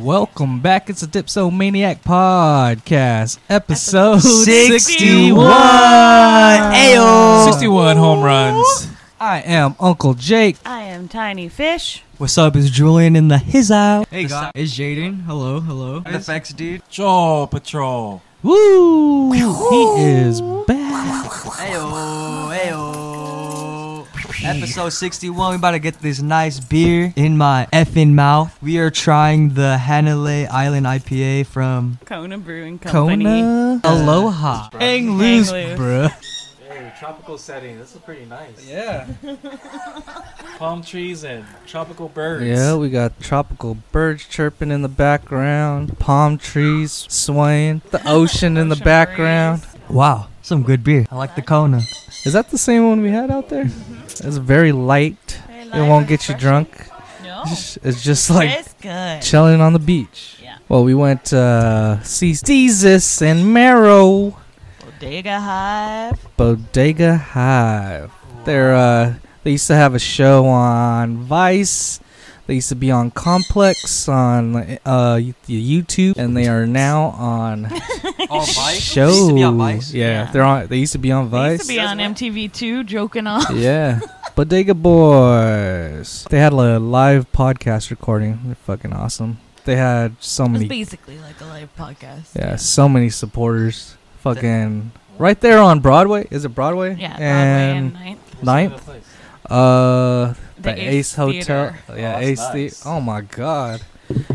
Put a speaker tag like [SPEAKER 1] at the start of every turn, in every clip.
[SPEAKER 1] Welcome back. It's a Dipsomaniac podcast, episode
[SPEAKER 2] 61.
[SPEAKER 1] 61.
[SPEAKER 3] Oh.
[SPEAKER 2] Ayo.
[SPEAKER 1] 61 home runs. I am Uncle Jake.
[SPEAKER 4] I am Tiny Fish.
[SPEAKER 2] What's up? It's Julian in the his out.
[SPEAKER 1] Hey, God.
[SPEAKER 2] It's Jaden. Hello, hello.
[SPEAKER 3] FX dude.
[SPEAKER 1] Patrol Patrol. Woo! He is back.
[SPEAKER 3] Ayo, ayo.
[SPEAKER 2] Episode 61. We about to get this nice beer in my effing mouth. We are trying the Hanalei Island IPA from
[SPEAKER 4] Kona Brewing Company.
[SPEAKER 1] Kona.
[SPEAKER 2] Aloha.
[SPEAKER 1] Hang
[SPEAKER 4] loose,
[SPEAKER 1] loose, bruh.
[SPEAKER 5] Hey, tropical setting. This is pretty nice.
[SPEAKER 1] Yeah.
[SPEAKER 5] Palm trees and tropical birds.
[SPEAKER 1] Yeah, we got tropical birds chirping in the background, palm trees swaying, the ocean in the
[SPEAKER 4] Ocean
[SPEAKER 1] background.
[SPEAKER 2] Wow, some good beer. I like the Kona.
[SPEAKER 1] Is that the same one we had out there? It's very light.
[SPEAKER 4] Mm-hmm. Very
[SPEAKER 1] it
[SPEAKER 4] light
[SPEAKER 1] won't
[SPEAKER 4] and
[SPEAKER 1] get you
[SPEAKER 4] refreshing.
[SPEAKER 1] drunk.
[SPEAKER 4] No.
[SPEAKER 1] It's just like
[SPEAKER 4] it's good.
[SPEAKER 1] chilling on the beach.
[SPEAKER 4] Yeah.
[SPEAKER 1] Well, we went uh see Jesus and Marrow
[SPEAKER 4] Bodega Hive.
[SPEAKER 1] Bodega Hive. They're uh they used to have a show on Vice. They used to be on Complex on uh y- the YouTube and they are now on
[SPEAKER 3] All
[SPEAKER 1] shows.
[SPEAKER 2] They used to be on Vice?
[SPEAKER 1] Yeah,
[SPEAKER 4] Yeah.
[SPEAKER 1] they're on they used to be on
[SPEAKER 4] They
[SPEAKER 1] Vice.
[SPEAKER 4] used to be on MTV2 joking off.
[SPEAKER 1] yeah. Bodega Boys. They had a live podcast recording. They're fucking awesome. They had so
[SPEAKER 4] It's
[SPEAKER 1] many
[SPEAKER 4] basically like a live podcast.
[SPEAKER 1] yeah, so many supporters. Fucking right there on Broadway. Is it Broadway?
[SPEAKER 4] Yeah,
[SPEAKER 1] And
[SPEAKER 4] Broadway and 9th.
[SPEAKER 1] ninth. Uh the, Ace, Hotel.
[SPEAKER 4] Theater.
[SPEAKER 1] Yeah,
[SPEAKER 5] Oh, that's
[SPEAKER 1] Ace the-
[SPEAKER 5] nice.
[SPEAKER 1] Oh my god.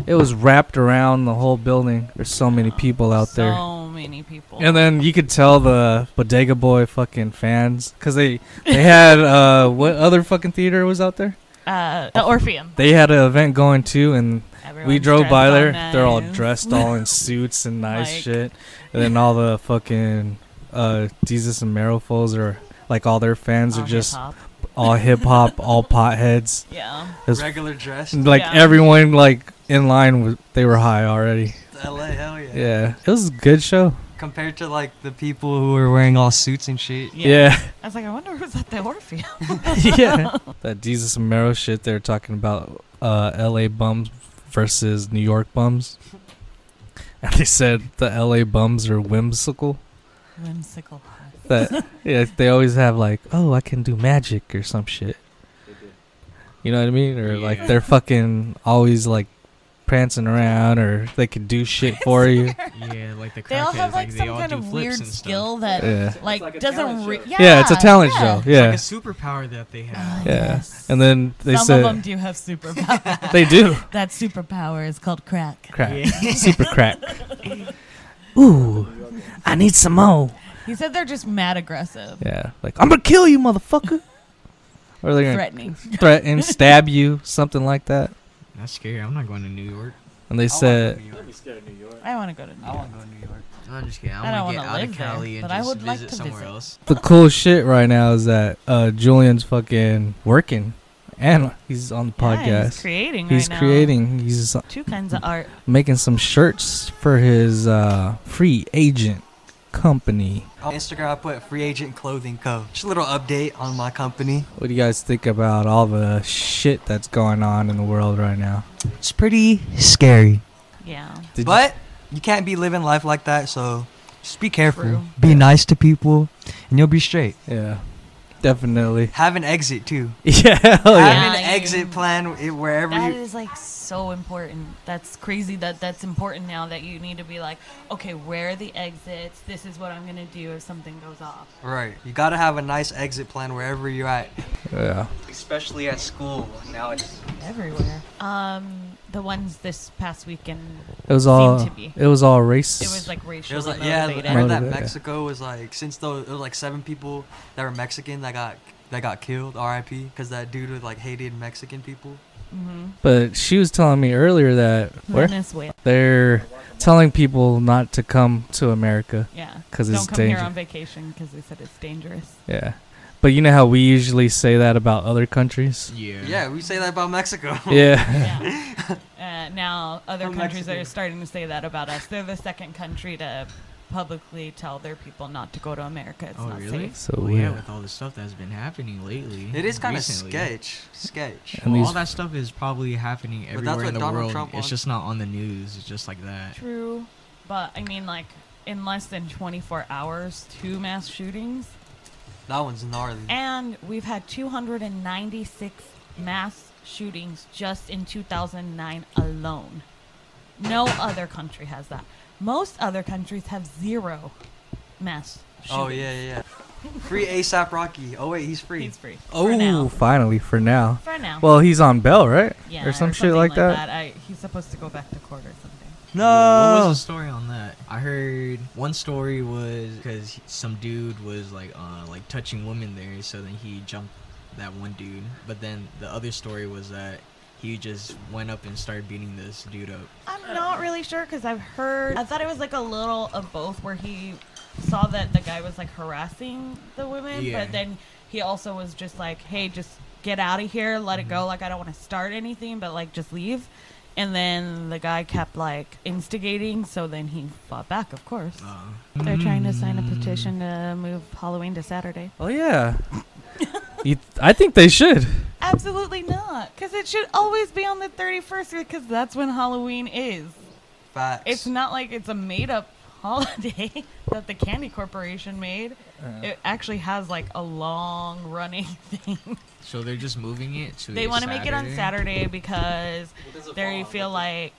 [SPEAKER 1] It was wrapped around the whole building. There's so many people out there.
[SPEAKER 4] Oh, So many people.
[SPEAKER 1] And then you could tell the Bodega Boy fucking fans because they they had uh what other fucking theater was out there?
[SPEAKER 4] uh, the Orpheum.
[SPEAKER 1] They had an event going too, and we
[SPEAKER 4] Everyone's
[SPEAKER 1] drove
[SPEAKER 4] dressed
[SPEAKER 1] by
[SPEAKER 4] all
[SPEAKER 1] there. They're all
[SPEAKER 4] nice.
[SPEAKER 1] dressed all in suits and nice
[SPEAKER 4] Like-
[SPEAKER 1] shit, and then all the fucking uh Jesus and Meryl foes are like all their fans
[SPEAKER 4] All
[SPEAKER 1] are just
[SPEAKER 4] hip-hop.
[SPEAKER 1] all hip hop, all potheads.
[SPEAKER 4] Yeah.
[SPEAKER 1] It's-
[SPEAKER 3] Regular dress.
[SPEAKER 1] Like
[SPEAKER 4] Yeah.
[SPEAKER 1] everyone like in line was they were high already.
[SPEAKER 3] LA, hell yeah.
[SPEAKER 1] Yeah, it was a good show.
[SPEAKER 2] Compared to like the
[SPEAKER 3] People who are wearing all suits and shit.
[SPEAKER 1] Yeah.
[SPEAKER 4] I was like, I wonder who's at the Orpheum.
[SPEAKER 1] yeah. That Jesus and Mero shit they're talking about uh, LA bums versus New York bums. And they said the LA bums are whimsical.
[SPEAKER 4] Whimsical.
[SPEAKER 1] That yeah, they always have like, oh, I can do magic or some shit. You know what I mean? Or like they're fucking always like prancing around or they could do shit for you.
[SPEAKER 6] Yeah, like the crackheads.
[SPEAKER 4] They all have like
[SPEAKER 6] they
[SPEAKER 4] some
[SPEAKER 6] all
[SPEAKER 4] kind
[SPEAKER 6] do
[SPEAKER 4] of
[SPEAKER 6] flips
[SPEAKER 4] weird
[SPEAKER 6] and stuff.
[SPEAKER 4] skill that
[SPEAKER 1] Yeah.
[SPEAKER 4] like,
[SPEAKER 5] like a
[SPEAKER 4] doesn't
[SPEAKER 5] talent
[SPEAKER 4] re-
[SPEAKER 5] show.
[SPEAKER 1] Yeah, it's a talent show. Yeah.
[SPEAKER 6] It's like a superpower that they have.
[SPEAKER 1] yeah. And then they
[SPEAKER 4] Some
[SPEAKER 1] said
[SPEAKER 4] of them do have superpower.
[SPEAKER 1] they do
[SPEAKER 4] that superpower is called crack.
[SPEAKER 1] crack. Super crack. Ooh. I need some more.
[SPEAKER 4] He said they're just mad aggressive,
[SPEAKER 1] Yeah, like I'm gonna kill you, motherfucker. or they're gonna
[SPEAKER 4] threatening.
[SPEAKER 1] threaten, stab you, something like that.
[SPEAKER 6] That's scary. I'm not going to New York.
[SPEAKER 1] And they
[SPEAKER 3] I wanna go
[SPEAKER 1] said,
[SPEAKER 3] to New York.
[SPEAKER 5] I'd be scared of New York.
[SPEAKER 4] I want to go to New
[SPEAKER 3] I
[SPEAKER 4] York.
[SPEAKER 3] want to go to New York.
[SPEAKER 6] No, I'm just kidding.
[SPEAKER 4] I
[SPEAKER 6] I
[SPEAKER 4] don't
[SPEAKER 6] want to get
[SPEAKER 4] wanna
[SPEAKER 6] out of
[SPEAKER 4] live there,
[SPEAKER 6] Cali
[SPEAKER 4] but
[SPEAKER 6] and
[SPEAKER 4] I
[SPEAKER 6] just
[SPEAKER 4] would like
[SPEAKER 6] visit
[SPEAKER 4] to
[SPEAKER 6] somewhere
[SPEAKER 4] visit.
[SPEAKER 6] else.
[SPEAKER 1] the cool shit right now is that uh, Julian's fucking working, and he's on the podcast.
[SPEAKER 4] Yeah, he's
[SPEAKER 1] he's
[SPEAKER 4] creating. right
[SPEAKER 1] creating. He's uh,
[SPEAKER 4] now. two kinds of art.
[SPEAKER 1] making some shirts for his uh, free agent company.
[SPEAKER 3] On Instagram, I put free agent clothing co. Just a little update on my company.
[SPEAKER 1] What do you guys think about all the shit that's going on in the world right now?
[SPEAKER 3] It's pretty scary.
[SPEAKER 4] Yeah.
[SPEAKER 1] Did you-
[SPEAKER 3] but you can't be living life like that, so just be careful.
[SPEAKER 4] True.
[SPEAKER 3] Be nice to people, and you'll be straight.
[SPEAKER 1] yeah, definitely.
[SPEAKER 3] Have an exit too.
[SPEAKER 1] Yeah, hell yeah.
[SPEAKER 3] Have an
[SPEAKER 4] Oh, Yeah, you-
[SPEAKER 3] exit plan i- wherever
[SPEAKER 4] That
[SPEAKER 3] you.
[SPEAKER 4] is like so important. That's crazy that that's important now that you need to be like, okay, where are the exits? This is what I'm going to do if something goes off.
[SPEAKER 3] Right. You gotta have a nice exit plan wherever you're at.
[SPEAKER 1] yeah.
[SPEAKER 3] Especially at school. Now it's
[SPEAKER 4] Everywhere. Um, the ones this past weekend,
[SPEAKER 1] It was all.
[SPEAKER 4] to be.
[SPEAKER 1] It was all racist.
[SPEAKER 4] it was like racially
[SPEAKER 3] It was like yeah,
[SPEAKER 4] motivated.
[SPEAKER 3] I heard that
[SPEAKER 1] Motivated.
[SPEAKER 3] Mexico was like since though it was like seven people that were Mexican that got that got killed, R.I.P. Because that dude was like hated Mexican people.
[SPEAKER 4] hmm
[SPEAKER 1] But she was telling me earlier that where
[SPEAKER 4] Venezuela.
[SPEAKER 1] they're telling people not to come to America
[SPEAKER 4] Yeah.
[SPEAKER 1] because
[SPEAKER 4] Don't
[SPEAKER 1] it's
[SPEAKER 4] come
[SPEAKER 1] dangerous.
[SPEAKER 4] here on vacation because they said it's dangerous.
[SPEAKER 1] yeah, but you know how we usually say that about other countries.
[SPEAKER 6] Yeah.
[SPEAKER 3] Yeah, we say that about Mexico.
[SPEAKER 1] Yeah,
[SPEAKER 4] Yeah. uh, now other
[SPEAKER 3] I'm
[SPEAKER 4] countries are
[SPEAKER 3] Mexican.
[SPEAKER 4] starting to say that about us. They're the second country to publicly tell their people not to go to America. It's
[SPEAKER 6] Oh,
[SPEAKER 4] not
[SPEAKER 6] really?
[SPEAKER 4] safe.
[SPEAKER 1] So
[SPEAKER 6] Well,
[SPEAKER 1] yeah.
[SPEAKER 6] yeah, with all the stuff that's been happening lately.
[SPEAKER 3] It is kind of
[SPEAKER 6] recently.
[SPEAKER 3] sketch, sketch.
[SPEAKER 1] And
[SPEAKER 6] Well,
[SPEAKER 1] these-
[SPEAKER 6] all that stuff is probably happening
[SPEAKER 3] that's
[SPEAKER 6] everywhere
[SPEAKER 3] what
[SPEAKER 6] in the
[SPEAKER 3] Donald
[SPEAKER 6] world.
[SPEAKER 3] Trump
[SPEAKER 6] it's
[SPEAKER 3] wants.
[SPEAKER 6] just not on the news. It's just like that.
[SPEAKER 4] True, but I mean, like in less than 24 hours, two mass shootings,
[SPEAKER 3] That one's gnarly.
[SPEAKER 4] and we've had 296 mass shootings just in 2009 alone. No other country has that. Most other countries have zero mass. Shootings.
[SPEAKER 3] Oh yeah, yeah. yeah. Free ASAP Rocky. Oh wait, he's free.
[SPEAKER 4] he's free. for
[SPEAKER 1] Oh,
[SPEAKER 4] now.
[SPEAKER 1] finally for now.
[SPEAKER 4] For now.
[SPEAKER 1] Well, he's on bail, right?
[SPEAKER 4] yeah,
[SPEAKER 1] or some shit
[SPEAKER 4] something
[SPEAKER 1] like, that.
[SPEAKER 4] I, he's supposed to go back to court or something.
[SPEAKER 6] What was
[SPEAKER 3] no.
[SPEAKER 6] the story on that? I heard one story was because some dude was like uh, like touching women there, so then he jumped that one dude. But then the other story was that he just went up and started beating this dude up.
[SPEAKER 4] I'm not really sure because I've heard. I thought it was like a little of both, where he saw that the guy was like harassing the women,
[SPEAKER 6] Yeah.
[SPEAKER 4] but then he also was just like, "Hey, just get out of here, let it go. Like I don't want to start anything, but like just leave." And then the guy kept like instigating, so then he fought back. Of course,
[SPEAKER 6] Uh,
[SPEAKER 4] they're trying to sign a petition to move Halloween to Saturday.
[SPEAKER 1] Oh yeah. you, I think they should.
[SPEAKER 4] Absolutely not, because it should always be on the 31st because that's when Halloween is.
[SPEAKER 3] Facts.
[SPEAKER 4] It's not like it's a made up holiday that the Candy Corporation made.
[SPEAKER 6] Uh-huh.
[SPEAKER 4] It actually has like a long running thing.
[SPEAKER 6] So they're just moving it to.
[SPEAKER 4] they
[SPEAKER 6] a Oh,
[SPEAKER 4] want to make it on Saturday because
[SPEAKER 5] What does it
[SPEAKER 4] they
[SPEAKER 5] fall on?
[SPEAKER 4] feel
[SPEAKER 5] What does-
[SPEAKER 4] like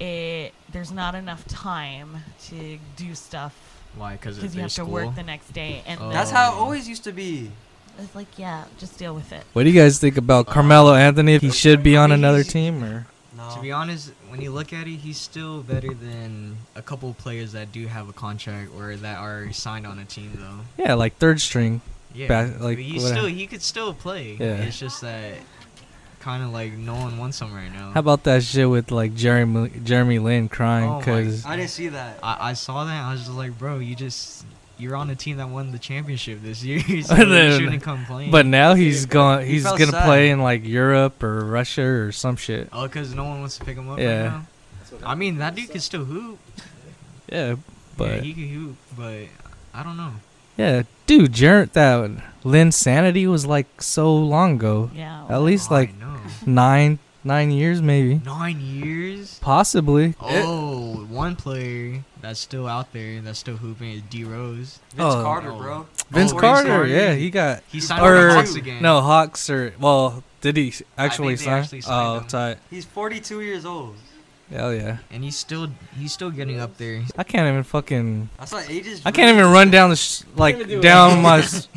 [SPEAKER 4] it there's not enough time to do stuff
[SPEAKER 6] Why? Because
[SPEAKER 4] because you have to work the next day and
[SPEAKER 6] Oh.
[SPEAKER 3] That's
[SPEAKER 4] that's
[SPEAKER 3] how it always used to be.
[SPEAKER 4] it's like yeah just deal with it
[SPEAKER 1] What do you guys think about
[SPEAKER 6] Uh,
[SPEAKER 1] Carmelo Anthony? If he should be on another
[SPEAKER 6] He's-
[SPEAKER 1] team, or
[SPEAKER 3] No.
[SPEAKER 6] To be honest, when you look at it, he's still better than a couple players that do have a contract or that are signed on a team, though.
[SPEAKER 1] yeah, like third string.
[SPEAKER 6] Yeah,
[SPEAKER 1] Ba- like,
[SPEAKER 6] but he
[SPEAKER 1] what-
[SPEAKER 6] still he could still play.
[SPEAKER 1] Yeah.
[SPEAKER 6] It's just that kind of like no one wants him right now.
[SPEAKER 1] How about that shit with like Jeremy Jeremy Lin
[SPEAKER 6] Oh
[SPEAKER 1] crying
[SPEAKER 6] my
[SPEAKER 1] because
[SPEAKER 3] I didn't see that.
[SPEAKER 6] I, I saw that I was just like, bro, you just you're on a team that won the championship this year, so
[SPEAKER 1] And
[SPEAKER 6] you
[SPEAKER 1] then-
[SPEAKER 6] shouldn't complain.
[SPEAKER 1] but now he's going
[SPEAKER 3] he
[SPEAKER 1] he's
[SPEAKER 3] felt
[SPEAKER 1] gonna
[SPEAKER 3] sad.
[SPEAKER 1] play in like Europe or Russia or some shit.
[SPEAKER 6] oh, because no one wants to pick him up.
[SPEAKER 1] Yeah.
[SPEAKER 6] Right now? I mean, that dude can still hoop.
[SPEAKER 1] Yeah,
[SPEAKER 6] But yeah,
[SPEAKER 1] but
[SPEAKER 6] he can hoop, but I don't know.
[SPEAKER 1] yeah, dude, Jer- that Lin sanity was like so long ago.
[SPEAKER 4] yeah
[SPEAKER 1] At least
[SPEAKER 6] Oh, I
[SPEAKER 1] like
[SPEAKER 6] know.
[SPEAKER 1] nine nine years maybe,
[SPEAKER 6] nine years.
[SPEAKER 1] possibly.
[SPEAKER 6] Oh, one player that's still out there that's still hooping is D Rose.
[SPEAKER 3] Vince
[SPEAKER 1] oh.
[SPEAKER 3] Carter,
[SPEAKER 6] Oh.
[SPEAKER 3] bro.
[SPEAKER 1] Vince
[SPEAKER 6] Oh, Vince
[SPEAKER 1] Carter,
[SPEAKER 6] Carter.
[SPEAKER 1] yeah, he got
[SPEAKER 6] He
[SPEAKER 3] Or-
[SPEAKER 6] signed with the
[SPEAKER 1] or-
[SPEAKER 6] Hawks again.
[SPEAKER 1] No, Hawks or well, did he s- actually
[SPEAKER 6] Mm. they
[SPEAKER 1] sign?
[SPEAKER 6] actually signed
[SPEAKER 1] oh,
[SPEAKER 6] him.
[SPEAKER 1] tight.
[SPEAKER 3] He's 42 years old.
[SPEAKER 1] Hell yeah.
[SPEAKER 6] and he's still he's still getting up there.
[SPEAKER 1] I can't even fucking.
[SPEAKER 3] That's why ages.
[SPEAKER 1] I can't even run down the sh-
[SPEAKER 5] gonna
[SPEAKER 1] like
[SPEAKER 5] do
[SPEAKER 1] down
[SPEAKER 5] it.
[SPEAKER 1] my s-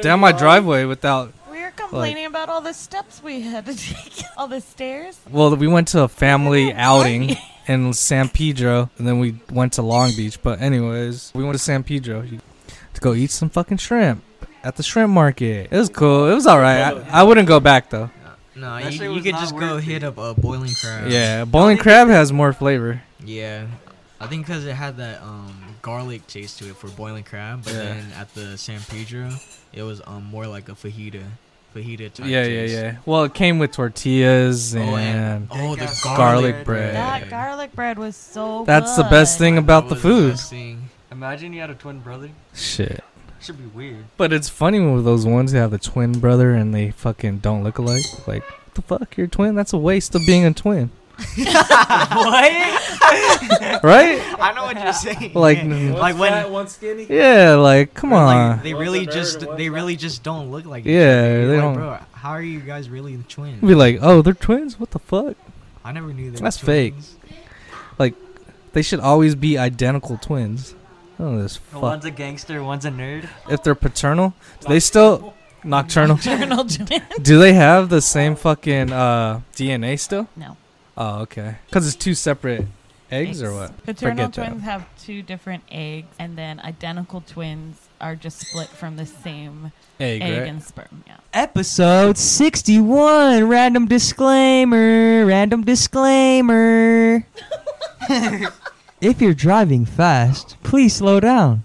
[SPEAKER 1] down my driveway without.
[SPEAKER 4] we were complaining about all the steps we had to take all the stairs
[SPEAKER 1] Well, we went to a family outing in San Pedro, and then we went to Long Beach. But anyways, we went to San Pedro to go eat some fucking shrimp at the shrimp market. It was cool. It was all right. I, I wouldn't go back though.
[SPEAKER 6] No,
[SPEAKER 3] That
[SPEAKER 6] you,
[SPEAKER 3] shit
[SPEAKER 6] you
[SPEAKER 3] was
[SPEAKER 6] could
[SPEAKER 3] not
[SPEAKER 6] just go
[SPEAKER 3] worth
[SPEAKER 6] hit
[SPEAKER 3] it.
[SPEAKER 6] up a boiling crab.
[SPEAKER 1] Yeah, bowling crab has more flavor.
[SPEAKER 6] Yeah. I think because it had that um, garlic taste to it for boiling crab, but
[SPEAKER 1] Yeah.
[SPEAKER 6] then at the San Pedro, it was um, more like a fajita, fajita type.
[SPEAKER 1] Yeah, yeah,
[SPEAKER 6] taste.
[SPEAKER 1] yeah. Well, it came with tortillas
[SPEAKER 6] Oh,
[SPEAKER 1] and
[SPEAKER 6] and, oh the
[SPEAKER 3] Dank-ass
[SPEAKER 6] garlic,
[SPEAKER 1] garlic
[SPEAKER 6] bread.
[SPEAKER 4] That garlic bread was so
[SPEAKER 1] That's the best
[SPEAKER 4] good.
[SPEAKER 1] thing about the
[SPEAKER 6] That was
[SPEAKER 1] food.
[SPEAKER 6] best thing.
[SPEAKER 3] Imagine you had a twin brother.
[SPEAKER 1] Shit.
[SPEAKER 3] Should be weird.
[SPEAKER 1] But it's funny when those ones that have the twin brother and they fucking don't look alike. Like, what the fuck? You're a twin? That's a waste of being a twin.
[SPEAKER 6] what?
[SPEAKER 1] Right?
[SPEAKER 6] I know what you're saying.
[SPEAKER 1] Like,
[SPEAKER 5] One's
[SPEAKER 6] Like when-
[SPEAKER 5] fat, one's skinny.
[SPEAKER 1] yeah, like, come on.
[SPEAKER 6] Like, they
[SPEAKER 5] One's
[SPEAKER 6] really
[SPEAKER 5] a nerd,
[SPEAKER 6] just
[SPEAKER 5] one's
[SPEAKER 6] they
[SPEAKER 5] not.
[SPEAKER 6] really just don't look like each
[SPEAKER 1] Yeah,
[SPEAKER 6] other. You're
[SPEAKER 1] they
[SPEAKER 6] like,
[SPEAKER 1] don't-
[SPEAKER 6] Bro, how are you guys really twins?
[SPEAKER 1] Be like, oh, they're twins? What the fuck?
[SPEAKER 6] I never knew they
[SPEAKER 1] That's
[SPEAKER 6] were
[SPEAKER 1] fake.
[SPEAKER 6] twins.
[SPEAKER 1] They should always be identical twins. Oh, this fuck.
[SPEAKER 3] One's a gangster, one's a nerd.
[SPEAKER 1] If they're paternal, do they still. Nocturnal.
[SPEAKER 4] Colonel Jim.
[SPEAKER 1] Do they have the same fucking uh, DNA still?
[SPEAKER 4] No.
[SPEAKER 1] Oh, okay. Because it's two separate eggs or what?
[SPEAKER 4] Paternal
[SPEAKER 1] Forget that.
[SPEAKER 4] twins have two different eggs, and then identical twins are just split from the same
[SPEAKER 1] Egg,
[SPEAKER 4] egg
[SPEAKER 1] right?
[SPEAKER 4] and sperm. Yeah.
[SPEAKER 2] Episode 61. Random disclaimer. Random disclaimer. if you're driving fast, please slow down.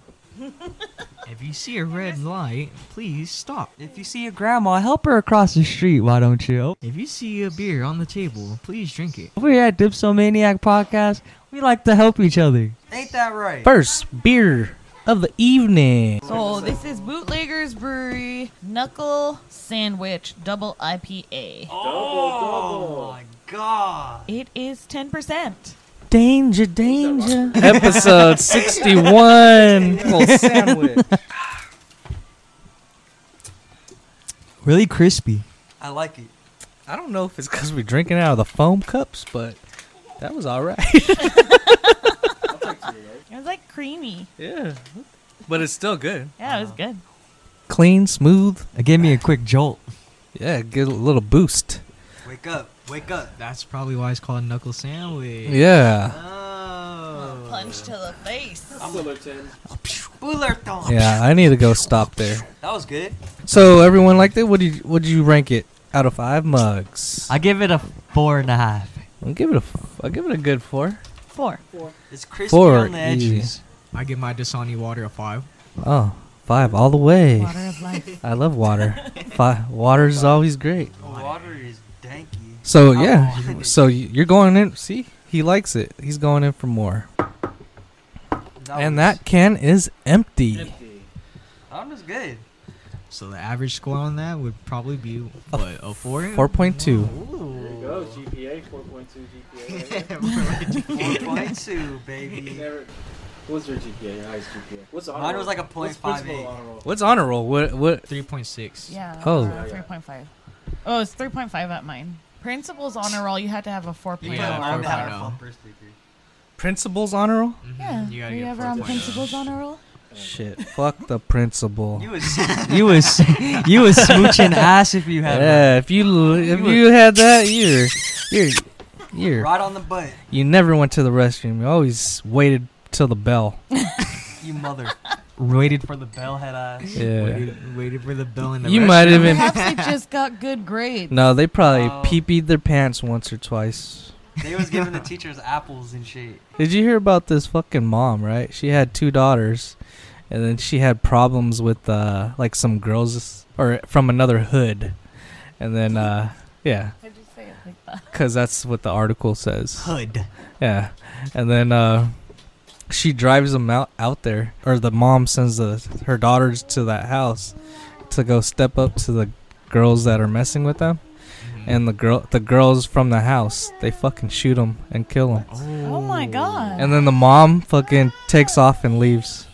[SPEAKER 6] If you see a red light, please stop.
[SPEAKER 3] If you see your grandma,
[SPEAKER 2] Grandma, help her across the street. Why don't you?
[SPEAKER 6] If you see a beer on the table, please drink it.
[SPEAKER 2] Over here at Dipsomaniac Podcast, we like to help each other.
[SPEAKER 3] Ain't that right?
[SPEAKER 1] First beer of the evening.
[SPEAKER 4] So this is Bootleggers Brewery Knuckle Sandwich Double IPA.
[SPEAKER 3] Oh my god.
[SPEAKER 4] It is 10%.
[SPEAKER 1] Danger, danger. Episode 61.
[SPEAKER 5] sandwich.
[SPEAKER 2] Really crispy.
[SPEAKER 3] I like it.
[SPEAKER 1] I don't know if it's because we're drinking out of the foam cups, but that was all right.
[SPEAKER 4] It was like creamy.
[SPEAKER 1] yeah. But it's still good.
[SPEAKER 4] Yeah,
[SPEAKER 3] Uh-huh.
[SPEAKER 4] it was good.
[SPEAKER 1] Clean, smooth.
[SPEAKER 2] It gave me a quick jolt.
[SPEAKER 1] Yeah, get a little boost.
[SPEAKER 3] Wake up. Wake up.
[SPEAKER 6] That's probably why it's called knuckle sandwich.
[SPEAKER 1] Yeah.
[SPEAKER 3] Oh.
[SPEAKER 4] Punch to the face.
[SPEAKER 5] Fullerton.
[SPEAKER 3] Bullerton.
[SPEAKER 1] Yeah, I need to go stop there.
[SPEAKER 3] That was good.
[SPEAKER 1] So everyone liked it. What did you, what did you rank it out of five mugs? I
[SPEAKER 2] I give it a four and a half.
[SPEAKER 1] will give it a f- I'll give it a good four.
[SPEAKER 4] Four.
[SPEAKER 3] It's crispy
[SPEAKER 1] Four
[SPEAKER 3] on the edges.
[SPEAKER 1] easy.
[SPEAKER 6] I give my Dasani water a five.
[SPEAKER 1] Oh, five all the way.
[SPEAKER 4] Water of life.
[SPEAKER 1] I love water. Fi water is always great.
[SPEAKER 3] Water is danky.
[SPEAKER 1] So yeah,
[SPEAKER 3] Oh, I
[SPEAKER 1] so y- you're going in. See, he likes it. He's going in for more. And
[SPEAKER 3] was-
[SPEAKER 1] that can is empty.
[SPEAKER 5] Empty.
[SPEAKER 3] That was good.
[SPEAKER 6] So the average score on that would probably be what a four.
[SPEAKER 1] Four point two.
[SPEAKER 5] There you go. GPA 4.2 GPA. right there.
[SPEAKER 3] 4.2,
[SPEAKER 5] You
[SPEAKER 3] baby.
[SPEAKER 5] never. What's your GPA? Your highest GPA? What's honor
[SPEAKER 3] Mine was
[SPEAKER 5] roll?
[SPEAKER 3] like a
[SPEAKER 5] What's principal
[SPEAKER 3] .58.
[SPEAKER 5] honor roll?
[SPEAKER 1] What's honor roll? What what?
[SPEAKER 6] Three point six.
[SPEAKER 4] Yeah.
[SPEAKER 1] Oh.
[SPEAKER 4] around 3.5. Oh, it's 3.5 at mine. Principal's honor roll, you had to have a 4.0.
[SPEAKER 3] You
[SPEAKER 6] Yeah,
[SPEAKER 3] put
[SPEAKER 4] on
[SPEAKER 3] on
[SPEAKER 6] four
[SPEAKER 4] that.
[SPEAKER 3] that
[SPEAKER 6] point oh.
[SPEAKER 3] bumper sticker.
[SPEAKER 1] Principal's honor roll?
[SPEAKER 6] Mhm,
[SPEAKER 4] Yeah.
[SPEAKER 6] You
[SPEAKER 4] You
[SPEAKER 6] gotta
[SPEAKER 4] Were you
[SPEAKER 6] get
[SPEAKER 4] ever
[SPEAKER 6] four
[SPEAKER 4] on
[SPEAKER 6] point
[SPEAKER 4] principal's
[SPEAKER 6] oh.
[SPEAKER 4] honor roll?
[SPEAKER 1] Shit, fuck the principal.
[SPEAKER 3] You was sick.
[SPEAKER 2] You was you was smooching ass if you had. that.
[SPEAKER 1] Yeah, if you l- if you had that, you're you're you're
[SPEAKER 3] right on the butt.
[SPEAKER 1] You never went to the restroom. You always waited till the bell.
[SPEAKER 3] You mother.
[SPEAKER 2] Waited for the bell head ass.
[SPEAKER 1] Yeah.
[SPEAKER 6] Waited, waited for the bell in the.
[SPEAKER 1] You
[SPEAKER 6] restroom.
[SPEAKER 1] might have been.
[SPEAKER 4] Perhaps they just got good grades.
[SPEAKER 1] No, they probably
[SPEAKER 3] Oh.
[SPEAKER 1] pee-peed their pants once or twice.
[SPEAKER 3] They was giving the teachers apples and shit.
[SPEAKER 1] Did you hear about this fucking mom? Right, she had two daughters, and then she had problems with uh like some girls or from another hood, and then uh yeah,
[SPEAKER 4] Why'd you say it like that?
[SPEAKER 1] cause that's what the article says.
[SPEAKER 6] hood.
[SPEAKER 1] Yeah, and then uh, she drives them out out there, or the mom sends the her daughters to that house to go step up to the girls that are messing with them,
[SPEAKER 6] Mm-hmm.
[SPEAKER 1] and the girl the girls from the house they fucking shoot them and kill them,
[SPEAKER 4] Oh my god.
[SPEAKER 1] and then the mom fucking takes off and leaves.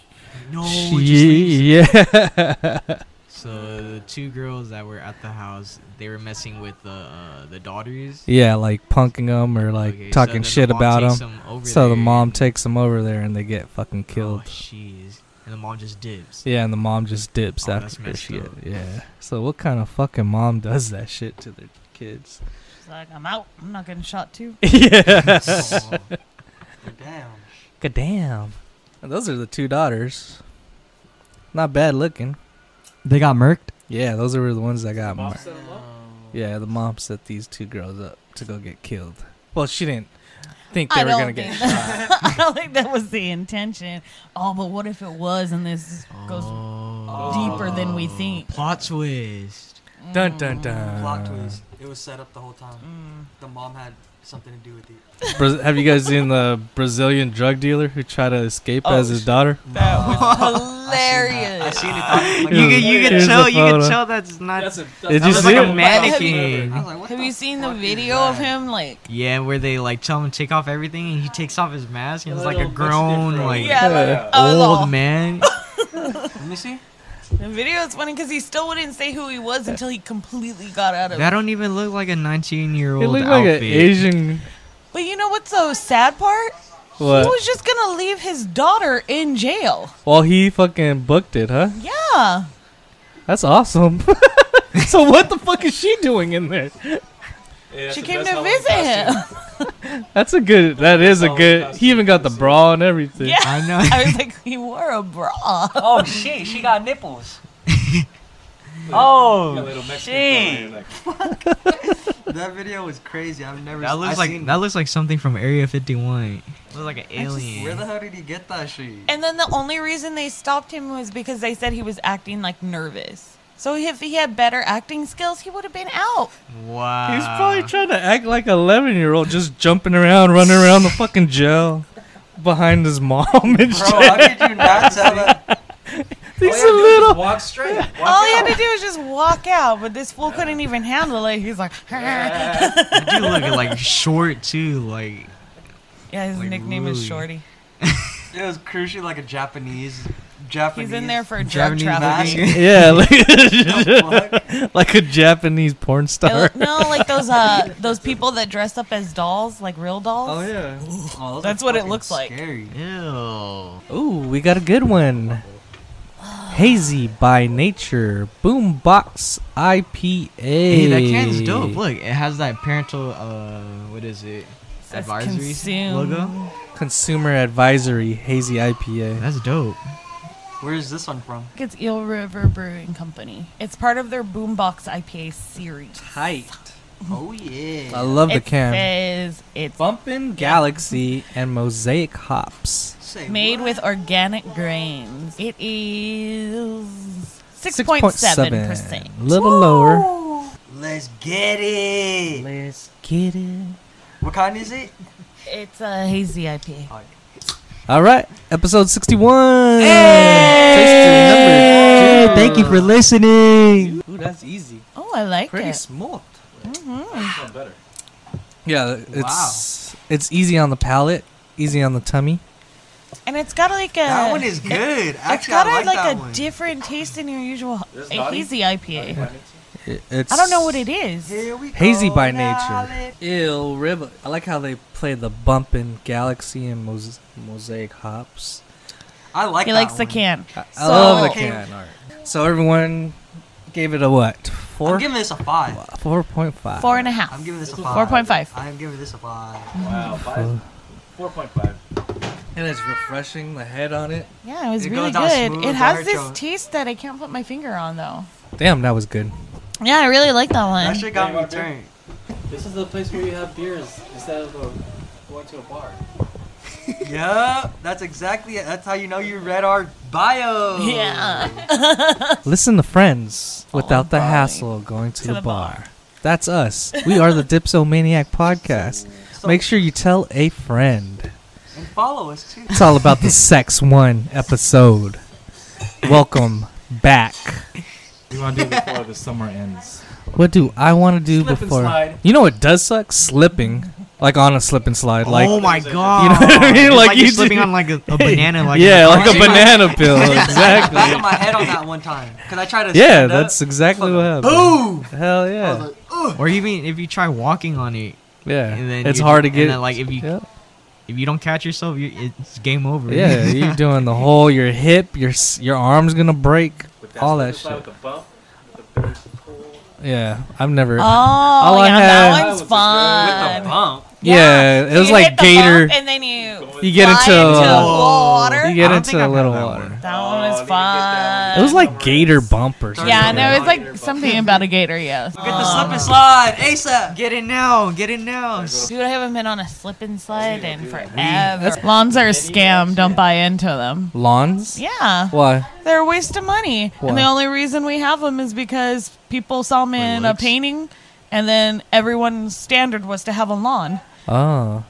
[SPEAKER 6] No.
[SPEAKER 1] She-
[SPEAKER 6] just leaves.
[SPEAKER 1] yeah,
[SPEAKER 6] So the two girls that were at the house, they were messing with the uh, the daughters.
[SPEAKER 1] yeah, like punking them or like
[SPEAKER 6] Okay, so
[SPEAKER 1] talking
[SPEAKER 6] then the
[SPEAKER 1] shit
[SPEAKER 6] mom
[SPEAKER 1] about
[SPEAKER 6] takes
[SPEAKER 1] them.
[SPEAKER 6] over
[SPEAKER 1] So the
[SPEAKER 6] there
[SPEAKER 1] mom
[SPEAKER 6] and-
[SPEAKER 1] takes them over there and they get fucking killed.
[SPEAKER 6] Oh, jeez. And the mom just dips.
[SPEAKER 1] Yeah, and the mom just dips
[SPEAKER 6] Oh, that's
[SPEAKER 1] after
[SPEAKER 6] messed
[SPEAKER 1] she
[SPEAKER 6] up.
[SPEAKER 1] yeah. So what kind of fucking mom does that shit to their kids?
[SPEAKER 4] She's like, I'm out. I'm not getting shot too.
[SPEAKER 1] yeah.
[SPEAKER 6] Oh.
[SPEAKER 3] Damn.
[SPEAKER 1] God damn. And those are the two daughters. Not bad looking.
[SPEAKER 2] They got murked.
[SPEAKER 1] Yeah, those are the ones that got
[SPEAKER 5] Mom
[SPEAKER 1] mar-
[SPEAKER 5] set 'em up?
[SPEAKER 1] Yeah, the mom set these two girls up to go get killed. Well, she didn't think they
[SPEAKER 4] I
[SPEAKER 1] were
[SPEAKER 4] don't
[SPEAKER 1] gonna get
[SPEAKER 4] think
[SPEAKER 1] shot.
[SPEAKER 4] I don't think that was the intention. Oh, but what if it was and this goes deeper than we think?
[SPEAKER 6] Plot twist.
[SPEAKER 1] Dun dun
[SPEAKER 3] Plot
[SPEAKER 4] Uh,
[SPEAKER 1] dun.
[SPEAKER 3] twist. It was set up the whole time.
[SPEAKER 4] Mm.
[SPEAKER 3] The mom had something to do with it.
[SPEAKER 1] Bra- have you guys seen the Brazilian drug dealer who tried to escape
[SPEAKER 4] Oh,
[SPEAKER 1] as his daughter?
[SPEAKER 4] That was
[SPEAKER 3] I
[SPEAKER 4] hilarious.
[SPEAKER 3] seen it. I was
[SPEAKER 5] You
[SPEAKER 3] like,
[SPEAKER 5] can- you can Here's
[SPEAKER 1] tell- the you can photo. tell
[SPEAKER 6] that's not.
[SPEAKER 5] That's a, that's
[SPEAKER 1] Did
[SPEAKER 5] that
[SPEAKER 1] you
[SPEAKER 5] was
[SPEAKER 1] see
[SPEAKER 5] like
[SPEAKER 1] it?
[SPEAKER 5] a
[SPEAKER 6] Mannequin.
[SPEAKER 3] I was like, what
[SPEAKER 4] Have
[SPEAKER 3] the
[SPEAKER 4] you seen the
[SPEAKER 3] fuck is
[SPEAKER 4] video of
[SPEAKER 3] that?
[SPEAKER 4] him? Like,
[SPEAKER 6] Yeah, where they like tell him to take off everything, and he takes off his mask, and it's like a
[SPEAKER 5] Little
[SPEAKER 6] grown,
[SPEAKER 5] Mexican
[SPEAKER 6] like
[SPEAKER 5] bro.
[SPEAKER 4] Yeah,
[SPEAKER 6] Oh,
[SPEAKER 1] like-
[SPEAKER 4] I was
[SPEAKER 6] old
[SPEAKER 4] all-
[SPEAKER 6] man.
[SPEAKER 3] Let me see.
[SPEAKER 4] the video is funny because he still wouldn't say who he was until he completely got out of
[SPEAKER 6] that
[SPEAKER 4] it.
[SPEAKER 6] don't even look like a 19 year
[SPEAKER 1] He
[SPEAKER 6] old
[SPEAKER 1] looked like
[SPEAKER 6] outfit.
[SPEAKER 1] an Asian.
[SPEAKER 4] But you know what's the sad part?
[SPEAKER 1] What?
[SPEAKER 4] He was just gonna leave his daughter in jail.
[SPEAKER 1] Well, he fucking booked it, huh?
[SPEAKER 4] Yeah.
[SPEAKER 1] That's awesome. so what the fuck is she doing in there?
[SPEAKER 5] Yeah, that's
[SPEAKER 4] she
[SPEAKER 5] the
[SPEAKER 4] came
[SPEAKER 5] best
[SPEAKER 4] to
[SPEAKER 5] Halloween
[SPEAKER 4] visit him.
[SPEAKER 5] costume.
[SPEAKER 1] That's a good. That is a
[SPEAKER 5] Oh,
[SPEAKER 1] good.
[SPEAKER 5] that's
[SPEAKER 1] He even got the bra and everything.
[SPEAKER 4] Yeah.
[SPEAKER 6] I know.
[SPEAKER 4] I was like, he wore a bra.
[SPEAKER 3] Oh shit, she got nipples.
[SPEAKER 5] You got a
[SPEAKER 3] oh.
[SPEAKER 5] little Mexican girl
[SPEAKER 3] shit.
[SPEAKER 5] in there, like,
[SPEAKER 3] That video was crazy. I've never
[SPEAKER 6] That looks
[SPEAKER 3] I
[SPEAKER 6] like
[SPEAKER 3] seen-
[SPEAKER 6] that looks like something from Area 51. Looks like an alien.
[SPEAKER 3] Where the hell did he get that shit?
[SPEAKER 4] And then the only reason they stopped him was because they said he was acting like nervous. So if he had better acting skills, he would have been out.
[SPEAKER 6] wow.
[SPEAKER 1] He's probably trying to act like an eleven-year-old, just jumping around, running around the fucking jail. behind his mom and
[SPEAKER 3] Bro,
[SPEAKER 1] shit.
[SPEAKER 3] how did you not tell that?
[SPEAKER 1] He's
[SPEAKER 7] All you have to do is
[SPEAKER 1] a
[SPEAKER 6] oh,
[SPEAKER 1] little.
[SPEAKER 7] Walk straight. Walk
[SPEAKER 4] All he had
[SPEAKER 7] out.
[SPEAKER 4] to do was just walk out, but this fool couldn't even handle it. He's like, yeah,
[SPEAKER 6] That dude look like short too. Like
[SPEAKER 4] his
[SPEAKER 6] Like,
[SPEAKER 4] nickname is
[SPEAKER 6] really.
[SPEAKER 4] Shorty.
[SPEAKER 3] It was crucially like a Japanese. Japanese.
[SPEAKER 4] He's in there for drug
[SPEAKER 6] Japanese
[SPEAKER 4] trafficking.
[SPEAKER 3] mask.
[SPEAKER 1] Yeah,
[SPEAKER 3] The
[SPEAKER 1] like, like a Japanese porn star.
[SPEAKER 4] It- No, like those uh those people that dress up as dolls, like real dolls.
[SPEAKER 3] Oh yeah. Oh, those
[SPEAKER 4] That's
[SPEAKER 3] are
[SPEAKER 4] what it
[SPEAKER 3] fucking
[SPEAKER 4] looks like.
[SPEAKER 3] Scary.
[SPEAKER 6] ew.
[SPEAKER 1] Ooh, we got a good one. Hazy by Nature Boombox IPA.
[SPEAKER 6] Hey, that can's dope. Look, it has that parental uh, what is it?
[SPEAKER 4] Says
[SPEAKER 6] Advisory
[SPEAKER 4] consume.
[SPEAKER 6] logo.
[SPEAKER 1] Consumer Advisory Hazy IPA.
[SPEAKER 6] That's dope.
[SPEAKER 3] Where is this one from?
[SPEAKER 4] It's Eel River Brewing Company. It's part of their Boombox IPA series.
[SPEAKER 1] Tight.
[SPEAKER 3] Oh yeah.
[SPEAKER 1] I love the
[SPEAKER 4] it
[SPEAKER 1] can.
[SPEAKER 4] says it's
[SPEAKER 1] Bumpin' Galaxy and Mosaic Hops.
[SPEAKER 3] Say
[SPEAKER 4] made
[SPEAKER 3] what?
[SPEAKER 4] with organic grains. It is
[SPEAKER 1] 6.7%.
[SPEAKER 4] 6.7%.
[SPEAKER 1] Little lower.
[SPEAKER 3] Let's get it.
[SPEAKER 1] Let's get it.
[SPEAKER 3] What kind is it?
[SPEAKER 4] It's a hazy IPA.
[SPEAKER 1] All right, episode 61.
[SPEAKER 6] Hey,
[SPEAKER 1] Tasty number two.
[SPEAKER 6] thank you for listening.
[SPEAKER 1] Ooh, that's easy.
[SPEAKER 4] Oh, I like
[SPEAKER 1] Pretty
[SPEAKER 4] it.
[SPEAKER 1] smooth.
[SPEAKER 4] Mm-hmm.
[SPEAKER 5] That's better.
[SPEAKER 1] Yeah, it's it's easy on the palate, easy on the tummy.
[SPEAKER 4] and it's got like a
[SPEAKER 3] That one is good. Actually,
[SPEAKER 4] it's got
[SPEAKER 3] I
[SPEAKER 4] a,
[SPEAKER 3] like,
[SPEAKER 4] like
[SPEAKER 3] that
[SPEAKER 4] a
[SPEAKER 3] one.
[SPEAKER 4] different taste than your usual
[SPEAKER 5] This
[SPEAKER 4] a
[SPEAKER 5] naughty?
[SPEAKER 4] hazy IPA.
[SPEAKER 1] It- it's
[SPEAKER 4] I don't know what it is.
[SPEAKER 3] Here we
[SPEAKER 1] Hazy
[SPEAKER 3] go,
[SPEAKER 1] by
[SPEAKER 3] now
[SPEAKER 1] nature.
[SPEAKER 3] let-
[SPEAKER 1] Ill river. I like how they play the bumpin' galaxy and mos- mosaic hops.
[SPEAKER 3] I like.
[SPEAKER 4] He
[SPEAKER 3] that
[SPEAKER 4] likes the
[SPEAKER 3] one.
[SPEAKER 4] can.
[SPEAKER 1] I, I
[SPEAKER 4] So-
[SPEAKER 1] love the
[SPEAKER 3] Okay.
[SPEAKER 1] can art. So everyone gave it a what?
[SPEAKER 3] I'm
[SPEAKER 1] Four.
[SPEAKER 3] giving this a five.
[SPEAKER 1] Four point five.
[SPEAKER 4] Four and a half.
[SPEAKER 3] I'm giving this a five.
[SPEAKER 4] 4.5.
[SPEAKER 3] I am giving this a five.
[SPEAKER 5] Wow, five. Four point five.
[SPEAKER 1] And it's refreshing. The head on it.
[SPEAKER 4] Yeah, it was
[SPEAKER 3] It
[SPEAKER 4] really
[SPEAKER 3] goes down
[SPEAKER 4] good.
[SPEAKER 3] smooth,
[SPEAKER 4] It has
[SPEAKER 3] dark
[SPEAKER 4] this
[SPEAKER 3] chocolate.
[SPEAKER 4] taste that I can't put my finger on though.
[SPEAKER 1] Damn, that was good.
[SPEAKER 4] Yeah, I really like that one.
[SPEAKER 3] That shit got
[SPEAKER 5] You
[SPEAKER 3] me
[SPEAKER 5] want beer?
[SPEAKER 3] turned.
[SPEAKER 5] This is the place where you have beers instead of uh going to a bar.
[SPEAKER 3] Yup, that's exactly it. That's how you know you read our bio.
[SPEAKER 4] yeah.
[SPEAKER 1] Listen to friends without the
[SPEAKER 4] Followed by
[SPEAKER 1] hassle of going to,
[SPEAKER 4] to
[SPEAKER 1] the,
[SPEAKER 4] the
[SPEAKER 1] bar. That's us. We are the Dipsomaniac Podcast.
[SPEAKER 3] So-
[SPEAKER 1] Make sure you tell a friend.
[SPEAKER 3] And follow us too.
[SPEAKER 1] It's all about the Sex One episode. Welcome back.
[SPEAKER 5] You want to do before the summer ends?
[SPEAKER 1] What do I want to do
[SPEAKER 5] Slip and
[SPEAKER 1] before?
[SPEAKER 5] slide.
[SPEAKER 1] You know what does suck? Slipping, like on a slip and slide, like
[SPEAKER 6] oh my
[SPEAKER 5] You know
[SPEAKER 6] god!
[SPEAKER 1] what I mean?
[SPEAKER 6] It's
[SPEAKER 1] Like
[SPEAKER 6] like, you're
[SPEAKER 1] you
[SPEAKER 6] slipping
[SPEAKER 1] do-
[SPEAKER 6] on like a, a banana. Like
[SPEAKER 1] yeah,
[SPEAKER 6] in a
[SPEAKER 1] like a
[SPEAKER 6] cartoon.
[SPEAKER 1] banana pill,
[SPEAKER 3] Back of
[SPEAKER 1] exactly.
[SPEAKER 3] my head on that one time, cause I tried to.
[SPEAKER 1] yeah,
[SPEAKER 3] stand up.
[SPEAKER 1] that's exactly what happened.
[SPEAKER 3] Boom!
[SPEAKER 1] Hell
[SPEAKER 3] I
[SPEAKER 1] yeah,
[SPEAKER 3] was like, "Ugh."
[SPEAKER 6] Or even if you try walking on it,
[SPEAKER 1] yeah.
[SPEAKER 6] and then
[SPEAKER 1] It's
[SPEAKER 6] you-
[SPEAKER 1] hard to
[SPEAKER 6] and
[SPEAKER 1] get.
[SPEAKER 6] then, like, if you-
[SPEAKER 1] yeah.
[SPEAKER 6] if you don't catch yourself, you it's game over.
[SPEAKER 1] Yeah, you're doing the whole your hip, your s- your arm's gonna break,
[SPEAKER 5] With
[SPEAKER 1] all that
[SPEAKER 5] slip and slide,
[SPEAKER 1] shit.
[SPEAKER 5] With the bump, with the bass pull.
[SPEAKER 1] Yeah, I've never.
[SPEAKER 4] Oh, yeah,
[SPEAKER 1] I had-
[SPEAKER 4] that
[SPEAKER 5] That
[SPEAKER 4] one's
[SPEAKER 5] was a good-
[SPEAKER 3] with the
[SPEAKER 4] fun.
[SPEAKER 3] bump.
[SPEAKER 1] yeah, it
[SPEAKER 4] So
[SPEAKER 1] was
[SPEAKER 4] you
[SPEAKER 1] like
[SPEAKER 4] hit the
[SPEAKER 1] gator.
[SPEAKER 4] bump and then you
[SPEAKER 5] Going
[SPEAKER 1] You get
[SPEAKER 4] fly
[SPEAKER 1] into,
[SPEAKER 4] the
[SPEAKER 1] a,
[SPEAKER 4] water.
[SPEAKER 1] you get
[SPEAKER 6] Oh. I don't think
[SPEAKER 1] into a
[SPEAKER 6] I've
[SPEAKER 1] little
[SPEAKER 6] had that
[SPEAKER 1] water.
[SPEAKER 6] one.
[SPEAKER 4] that
[SPEAKER 5] Oh,
[SPEAKER 4] one
[SPEAKER 5] I
[SPEAKER 4] was
[SPEAKER 5] need to get that
[SPEAKER 4] fun.
[SPEAKER 1] It
[SPEAKER 5] one.
[SPEAKER 1] was like gator bumpers.
[SPEAKER 3] Sorry.
[SPEAKER 4] Yeah, no,
[SPEAKER 5] Yeah.
[SPEAKER 4] it's like something about a gator. Yeah.
[SPEAKER 3] Get the slip and slide, ASAP.
[SPEAKER 6] Get it now! Get it now!
[SPEAKER 4] Dude, I haven't been on a slip and slide in
[SPEAKER 1] That's-
[SPEAKER 4] forever. Lawns are a scam. Don't buy into them.
[SPEAKER 1] Lawns?
[SPEAKER 4] Yeah,
[SPEAKER 1] Why?
[SPEAKER 4] they're a waste of money.
[SPEAKER 1] Why?
[SPEAKER 4] And the only reason we have them is because people saw them in a
[SPEAKER 6] Relax.
[SPEAKER 4] painting, and then everyone's standard was to have a lawn.
[SPEAKER 1] Oh.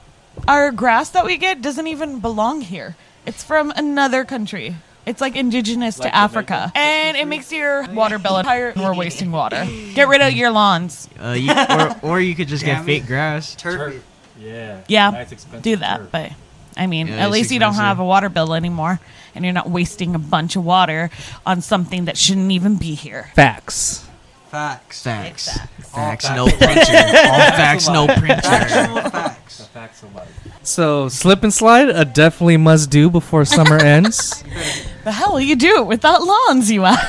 [SPEAKER 4] Our grass that we get doesn't even belong here. It's from another country. It's like indigenous
[SPEAKER 5] Like
[SPEAKER 4] to Africa,
[SPEAKER 5] Jamaica?
[SPEAKER 4] and it makes your water bill higher. We're wasting water. Get rid of your lawns.
[SPEAKER 6] Uh, you, or, or you could just get
[SPEAKER 3] Damn
[SPEAKER 6] fake
[SPEAKER 3] it.
[SPEAKER 6] grass.
[SPEAKER 3] Turf it.
[SPEAKER 5] Yeah.
[SPEAKER 4] Yeah,
[SPEAKER 5] Nice expensive
[SPEAKER 4] do that.
[SPEAKER 5] turf.
[SPEAKER 4] But I mean,
[SPEAKER 6] Yeah,
[SPEAKER 4] at
[SPEAKER 6] it's
[SPEAKER 4] least you don't have
[SPEAKER 6] expensive.
[SPEAKER 4] a water bill anymore, and you're not wasting a bunch of water on something that shouldn't even be here.
[SPEAKER 1] Facts.
[SPEAKER 3] Facts.
[SPEAKER 6] Facts.
[SPEAKER 3] Facts.
[SPEAKER 6] Facts, no printer. All facts, no printer.
[SPEAKER 3] Actual facts.
[SPEAKER 5] Facts of life.
[SPEAKER 1] So slip and slide, a definitely must do before summer ends.
[SPEAKER 4] The hell will you do it without lawns, you ass?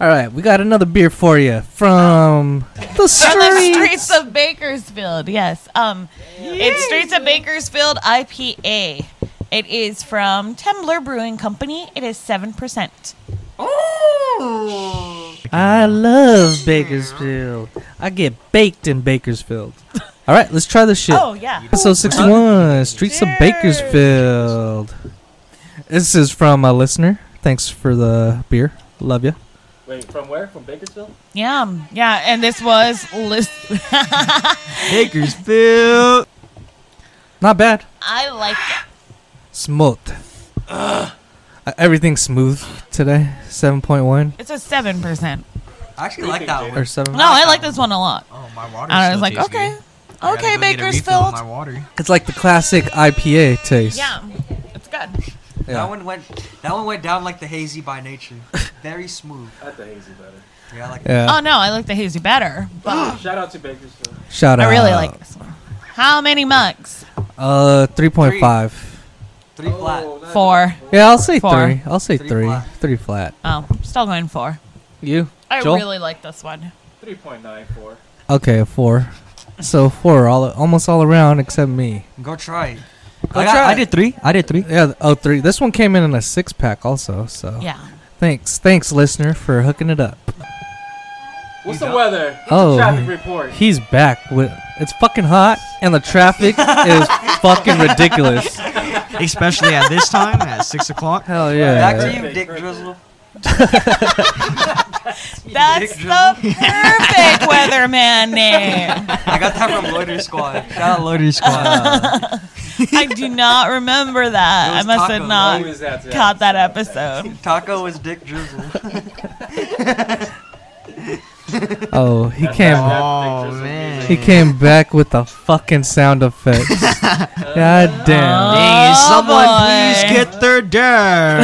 [SPEAKER 1] All right, we got another beer for you from the
[SPEAKER 4] From the
[SPEAKER 1] street.
[SPEAKER 4] streets of Bakersfield. Yes. Um, it's Streets of Bakersfield IPA. It is from Tembler Brewing Company. It is seven percent.
[SPEAKER 1] I love Bakersfield. I get baked in Bakersfield. All right, let's try this shit.
[SPEAKER 4] Oh yeah.
[SPEAKER 1] Episode 61, Streets of Bakersfield. This is from a listener. Thanks for the beer. Love you.
[SPEAKER 5] Wait, from where? From Bakersfield?
[SPEAKER 4] Yeah. Yeah. And this was list.
[SPEAKER 6] Bakersfield.
[SPEAKER 1] Not bad.
[SPEAKER 4] I like it.
[SPEAKER 1] Smooth. Uh, everything's smooth today. 7.1
[SPEAKER 4] It's a seven percent.
[SPEAKER 3] I actually like that
[SPEAKER 1] or
[SPEAKER 3] one.
[SPEAKER 1] 7.
[SPEAKER 4] No, I like this one a lot.
[SPEAKER 6] Oh, my
[SPEAKER 4] And
[SPEAKER 6] water.
[SPEAKER 4] I
[SPEAKER 6] still
[SPEAKER 4] was like,
[SPEAKER 6] tastes
[SPEAKER 4] okay,
[SPEAKER 6] good. I gotta
[SPEAKER 4] okay,
[SPEAKER 6] go get a refill on
[SPEAKER 4] Bakersfield.
[SPEAKER 6] My water.
[SPEAKER 1] It's like the classic IPA taste.
[SPEAKER 4] Yeah, it's good.
[SPEAKER 1] Yeah.
[SPEAKER 3] That one went. That one went down like the hazy by nature. Very smooth.
[SPEAKER 5] I think hazy better.
[SPEAKER 3] Yeah, I like. that.
[SPEAKER 1] Yeah.
[SPEAKER 4] Oh no, I like the hazy better, but
[SPEAKER 5] Shout out to Bakersfield.
[SPEAKER 1] Shout out.
[SPEAKER 4] I really like this one. How many mugs?
[SPEAKER 1] Uh, 3.5.
[SPEAKER 3] Three flat.
[SPEAKER 5] Oh, not
[SPEAKER 4] Four.
[SPEAKER 5] enough.
[SPEAKER 1] Yeah, I'll say
[SPEAKER 4] Four.
[SPEAKER 1] three. I'll say
[SPEAKER 3] Three
[SPEAKER 1] three. Three flat.
[SPEAKER 3] flat.
[SPEAKER 4] Oh, still going four.
[SPEAKER 1] You?
[SPEAKER 4] I
[SPEAKER 1] Joel?
[SPEAKER 4] really like this one.
[SPEAKER 5] 3.94.
[SPEAKER 1] Okay, a four. So four, all almost all around except me.
[SPEAKER 3] Go try it.
[SPEAKER 1] Go
[SPEAKER 3] I, got,
[SPEAKER 1] try
[SPEAKER 3] I
[SPEAKER 1] it.
[SPEAKER 3] did three. I did three.
[SPEAKER 1] Yeah, oh three. This one came in in a six pack also. So
[SPEAKER 4] Yeah.
[SPEAKER 1] thanks, thanks listener for hooking it up.
[SPEAKER 5] What's
[SPEAKER 3] You
[SPEAKER 5] the
[SPEAKER 3] don't-
[SPEAKER 5] weather? What's
[SPEAKER 1] Oh.
[SPEAKER 5] the traffic report?
[SPEAKER 1] He's back with. It's fucking hot and the traffic is fucking ridiculous.
[SPEAKER 6] Especially at this time, at six o'clock.
[SPEAKER 1] Hell
[SPEAKER 3] Back to
[SPEAKER 1] yeah.
[SPEAKER 3] you, Dick Drizzle.
[SPEAKER 4] That's the perfect weatherman name.
[SPEAKER 3] I got that from Loiter Squad. Shout out Loiter
[SPEAKER 1] Uh.
[SPEAKER 3] Squad.
[SPEAKER 4] I do not remember
[SPEAKER 3] It
[SPEAKER 4] that. I
[SPEAKER 3] was
[SPEAKER 4] must
[SPEAKER 3] tacos.
[SPEAKER 4] have
[SPEAKER 5] What
[SPEAKER 4] not
[SPEAKER 5] was that today?
[SPEAKER 4] caught that episode.
[SPEAKER 3] Taco was Dick Drizzle.
[SPEAKER 1] Oh, he
[SPEAKER 5] That's
[SPEAKER 1] came.
[SPEAKER 5] not- that's
[SPEAKER 6] Oh,
[SPEAKER 5] Dick Drizzle
[SPEAKER 6] man.
[SPEAKER 5] music.
[SPEAKER 1] He came back with the fucking sound effects. God damn.
[SPEAKER 6] Dang,
[SPEAKER 4] Oh,
[SPEAKER 6] someone
[SPEAKER 4] boy.
[SPEAKER 6] please get their dad.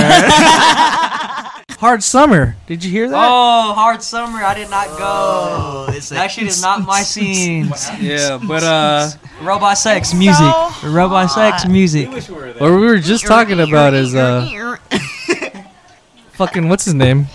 [SPEAKER 1] Hard summer. Did you hear that?
[SPEAKER 3] Oh, hard summer. I did not go.
[SPEAKER 6] Oh, it's
[SPEAKER 3] That shit is not my scene.
[SPEAKER 1] Yeah, but uh,
[SPEAKER 3] Robot sex music.
[SPEAKER 4] So
[SPEAKER 3] Robot sex
[SPEAKER 4] hot.
[SPEAKER 3] music.
[SPEAKER 5] We wish we were there.
[SPEAKER 1] what we were just talking about is uh, fucking what's his name?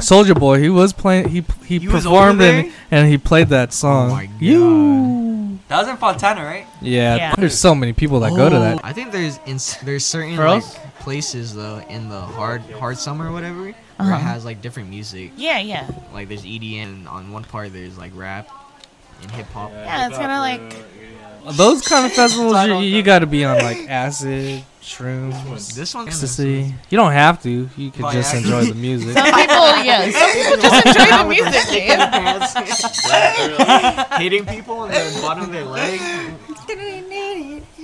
[SPEAKER 1] Soldier Boy. He was playing. He he
[SPEAKER 6] He was
[SPEAKER 1] performed
[SPEAKER 6] over
[SPEAKER 1] and and he played that song.
[SPEAKER 6] Oh my God.
[SPEAKER 1] You.
[SPEAKER 3] That was in Fontana, right?
[SPEAKER 1] Yeah,
[SPEAKER 4] Yeah.
[SPEAKER 1] There's so many people that go to that.
[SPEAKER 6] I think there's ins there's certain
[SPEAKER 1] For
[SPEAKER 6] like,
[SPEAKER 1] us?
[SPEAKER 6] places though in the hard hard summer or whatever where
[SPEAKER 4] Uh-huh.
[SPEAKER 6] it has like different music.
[SPEAKER 4] Yeah, yeah.
[SPEAKER 6] Like there's EDM and on one part there's like rap and hip hop.
[SPEAKER 4] Yeah, it's gonna like
[SPEAKER 1] Those kind of festivals, you, you got to be on like acid, shrooms,
[SPEAKER 6] This one
[SPEAKER 1] ecstasy. You don't have to. You could
[SPEAKER 3] By
[SPEAKER 1] just enjoy the music.
[SPEAKER 4] some people. Yeah, some people just enjoy the music. Dave.
[SPEAKER 6] hitting people on the bottom of their leg.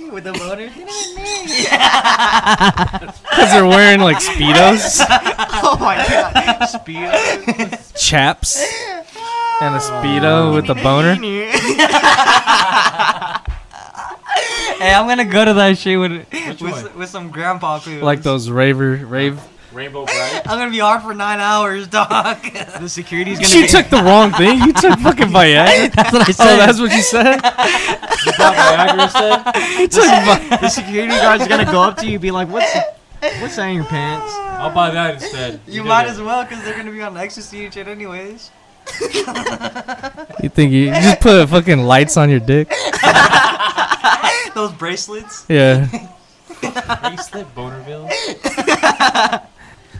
[SPEAKER 3] With the motor.
[SPEAKER 1] Because they're wearing like speedos,
[SPEAKER 6] Oh my god! Speed.
[SPEAKER 1] chaps, and a speedo with a boner.
[SPEAKER 3] Hey, I'm gonna go to that shit with
[SPEAKER 5] one?
[SPEAKER 3] with, with some grandpa food.
[SPEAKER 1] Like those raver rave.
[SPEAKER 5] Rainbow Bright.
[SPEAKER 3] I'm gonna be hard for nine hours, dog.
[SPEAKER 6] The security's gonna.
[SPEAKER 1] You took the wrong thing. You took fucking Viagra.
[SPEAKER 6] that's what I
[SPEAKER 1] Oh, that's what you said.
[SPEAKER 5] Is that Viagra said?
[SPEAKER 1] You took Vi-
[SPEAKER 6] the security guard's gonna go up to you, and be like, "What's, what's that in your pants?"
[SPEAKER 5] I'll buy that instead.
[SPEAKER 3] You
[SPEAKER 5] did
[SPEAKER 3] might
[SPEAKER 5] it.
[SPEAKER 3] as well, cause they're gonna be on ecstasy and shit anyways.
[SPEAKER 1] You think you, you just put fucking lights on your dick?
[SPEAKER 3] Those bracelets.
[SPEAKER 1] Yeah.
[SPEAKER 5] Bracelet Bonerville.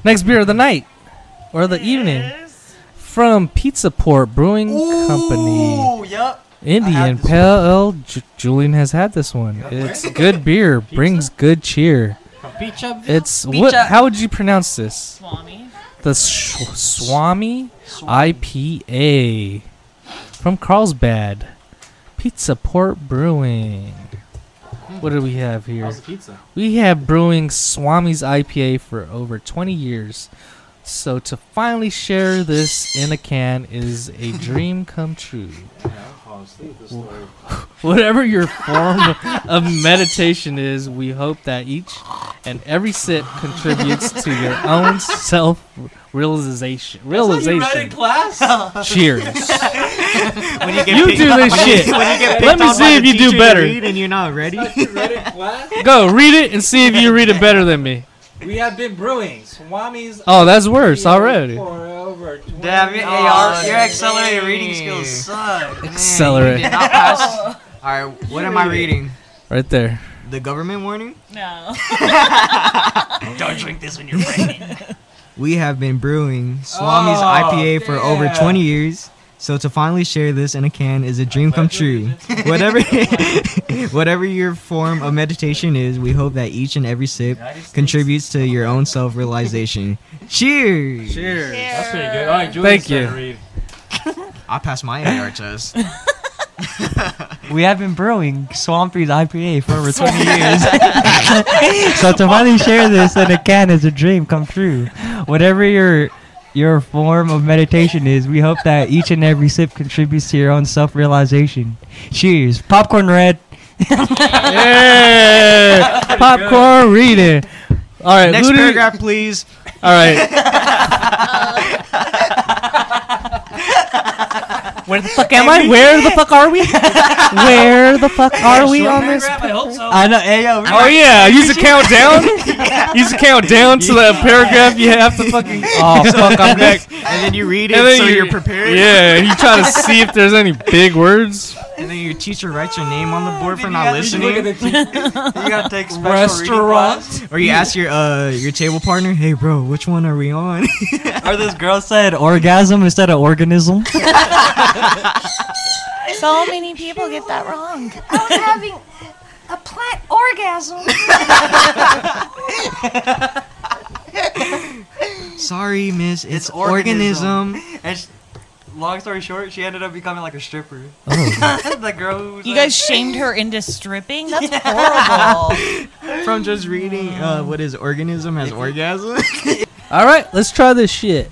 [SPEAKER 1] Next beer of the night or the evening from Pizza Port Brewing Company.
[SPEAKER 3] Ooh, yep. I
[SPEAKER 1] Indian
[SPEAKER 3] had this
[SPEAKER 1] Pale Ale. Ju- Julian has had this one. It's good beer, brings good cheer.
[SPEAKER 5] From Beach Up.
[SPEAKER 1] It's what?
[SPEAKER 3] Pizza.
[SPEAKER 1] How would you pronounce this?
[SPEAKER 4] Swami.
[SPEAKER 1] The Sh- Swami IPA from Carlsbad, Pizza Port Brewing. What do we have here?
[SPEAKER 5] How's the pizza?
[SPEAKER 1] We have brewing Swami's IPA for over 20 years. So to finally share this in a can is a dream come true.
[SPEAKER 5] Yeah, I'm falling asleep. This story.
[SPEAKER 1] Whatever your form of meditation is, we hope that each and every sip contributes to your own self realization. Realization.
[SPEAKER 3] class.
[SPEAKER 1] Cheers.
[SPEAKER 6] When you, get
[SPEAKER 1] You
[SPEAKER 6] picked-
[SPEAKER 1] do this shit.
[SPEAKER 6] when you
[SPEAKER 1] Let
[SPEAKER 6] get picked
[SPEAKER 1] me
[SPEAKER 6] on
[SPEAKER 1] see
[SPEAKER 6] by
[SPEAKER 1] if
[SPEAKER 6] the
[SPEAKER 1] you do
[SPEAKER 6] teacher
[SPEAKER 1] better.
[SPEAKER 6] read and you're not ready.
[SPEAKER 5] You read it, class?
[SPEAKER 1] Go read it and see if you read it better than me.
[SPEAKER 5] We have been brewing Swami's.
[SPEAKER 1] Oh, that's worse already.
[SPEAKER 5] For over 20
[SPEAKER 3] Damn it,
[SPEAKER 6] Oh,
[SPEAKER 3] AR. Your accelerated reading
[SPEAKER 6] dang.
[SPEAKER 3] skills suck.
[SPEAKER 1] Accelerate.
[SPEAKER 6] All right, what am I reading?
[SPEAKER 1] Right there.
[SPEAKER 6] The government warning.
[SPEAKER 4] No.
[SPEAKER 3] Don't drink this when you're pregnant.
[SPEAKER 6] We have been brewing Swami's
[SPEAKER 5] Oh,
[SPEAKER 6] IPA for over
[SPEAKER 5] yeah.
[SPEAKER 6] 20 years. So to finally share this in a can is a dream come true. Whatever whatever your form of meditation is, we hope that each and every sip contributes to your own self-realization. Cheers.
[SPEAKER 1] Cheers.
[SPEAKER 5] That's pretty good. All right, Julian's
[SPEAKER 1] Thank
[SPEAKER 5] starting
[SPEAKER 1] you.
[SPEAKER 5] to read.
[SPEAKER 6] I passed my AR test.
[SPEAKER 3] we have been brewing Swampy's IPA for over 20 years. so to finally share this in a can is a dream come true. Whatever your your form of meditation is, we hope that each and every sip contributes to your own self-realization. Cheers. Popcorn red.
[SPEAKER 1] yeah. Popcorn reading. All right.
[SPEAKER 6] Next
[SPEAKER 1] who do you-
[SPEAKER 6] paragraph, please.
[SPEAKER 1] all right. Where the fuck am I? Where the fuck are we? Where the fuck are we on this?
[SPEAKER 5] I hope so.
[SPEAKER 3] I know. Hey, yo,
[SPEAKER 1] Oh yeah, use a countdown. Use a countdown to the paragraph you have to fucking. Oh fuck, I'm back.
[SPEAKER 6] And then you read it,
[SPEAKER 1] And then
[SPEAKER 6] so
[SPEAKER 1] you-
[SPEAKER 6] you're prepared.
[SPEAKER 1] Yeah, and you try to see if there's any big words.
[SPEAKER 6] And then your teacher writes your name on the board for
[SPEAKER 8] Then
[SPEAKER 6] not
[SPEAKER 8] you have to
[SPEAKER 5] Look at
[SPEAKER 6] listening,
[SPEAKER 5] the teeth.
[SPEAKER 8] You gotta take special
[SPEAKER 5] Restaurant.
[SPEAKER 8] Reading
[SPEAKER 6] or you ask your uh your table partner, "Hey, bro, which one are we on?"
[SPEAKER 8] class. or this girl said,
[SPEAKER 3] said orgasm instead of organism.
[SPEAKER 4] So many people get that wrong.
[SPEAKER 9] I was having a plant orgasm.
[SPEAKER 6] Sorry, miss. It's,
[SPEAKER 8] It's organism.
[SPEAKER 6] organism.
[SPEAKER 8] and sh long story short, she ended up becoming like a stripper.
[SPEAKER 6] Oh.
[SPEAKER 8] the girl who was
[SPEAKER 4] You
[SPEAKER 8] like,
[SPEAKER 4] guys shamed her into stripping? That's horrible.
[SPEAKER 6] From just reading, uh, what is organism as orgasm?
[SPEAKER 1] All right, let's try this shit.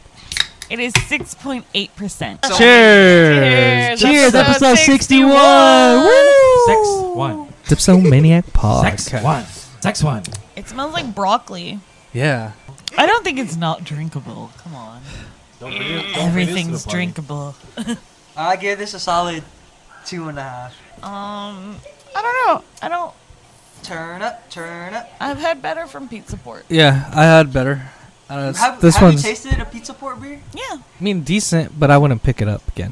[SPEAKER 4] It is 6.8%.
[SPEAKER 1] Cheers.
[SPEAKER 3] Cheers, episode 61.
[SPEAKER 5] Sex one.
[SPEAKER 1] Dipsomaniac
[SPEAKER 5] Sex
[SPEAKER 1] podcast.
[SPEAKER 5] one. Sex one.
[SPEAKER 4] It smells like broccoli.
[SPEAKER 1] Yeah.
[SPEAKER 4] I don't think it's not drinkable. Come on. Everything's drinkable.
[SPEAKER 8] I gave this a solid two and a half.
[SPEAKER 4] Um, I don't know. I don't.
[SPEAKER 8] Turn up, turn up.
[SPEAKER 4] I've had better from Pizza Port.
[SPEAKER 1] Yeah, I had better. Uh, it's-
[SPEAKER 8] Have,
[SPEAKER 1] this
[SPEAKER 8] have you
[SPEAKER 1] one's,
[SPEAKER 8] tasted a pizza port beer?
[SPEAKER 4] Yeah,
[SPEAKER 1] I mean, decent, but I wouldn't pick it up again.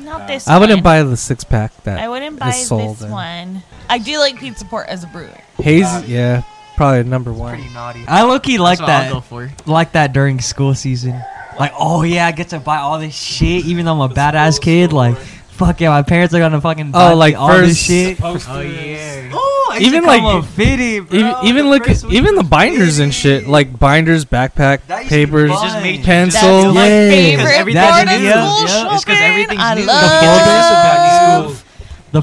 [SPEAKER 4] not this.
[SPEAKER 1] I wouldn't
[SPEAKER 4] one.
[SPEAKER 1] buy the six pack that
[SPEAKER 4] I wouldn't buy this
[SPEAKER 1] sold in.
[SPEAKER 4] one. I do like Pizza Port as a brewer.
[SPEAKER 1] Haze. Yeah, probably number one.
[SPEAKER 8] Pretty naughty.
[SPEAKER 3] I low key like that.
[SPEAKER 6] I'll go for.
[SPEAKER 3] like that during school season. Like, oh yeah, I get to buy all this shit, even though I'm a badass kid. Like, fuck yeah, my parents are gonna fucking buy
[SPEAKER 1] Oh,
[SPEAKER 3] me
[SPEAKER 1] like
[SPEAKER 3] all this
[SPEAKER 1] first-
[SPEAKER 3] shit.
[SPEAKER 5] Posters.
[SPEAKER 6] Oh yeah.
[SPEAKER 8] Oh, I
[SPEAKER 1] Even
[SPEAKER 8] should
[SPEAKER 1] like-
[SPEAKER 8] come up fitty, bro.
[SPEAKER 1] Even, even
[SPEAKER 8] The
[SPEAKER 1] look,
[SPEAKER 8] first one
[SPEAKER 1] even the
[SPEAKER 8] was
[SPEAKER 1] binders and
[SPEAKER 8] fitty.
[SPEAKER 1] shit, like binders, backpack,
[SPEAKER 8] That used to be
[SPEAKER 1] papers,
[SPEAKER 8] fun. Just
[SPEAKER 6] made-
[SPEAKER 1] pencil.
[SPEAKER 4] That's my
[SPEAKER 3] yeah.
[SPEAKER 4] favorite
[SPEAKER 6] 'Cause
[SPEAKER 4] part of
[SPEAKER 3] everything's new.
[SPEAKER 4] school
[SPEAKER 6] Yeah, yeah. It's 'cause
[SPEAKER 4] shopping.
[SPEAKER 6] everything's
[SPEAKER 4] I
[SPEAKER 6] new. The
[SPEAKER 1] Oh,
[SPEAKER 4] love.
[SPEAKER 5] The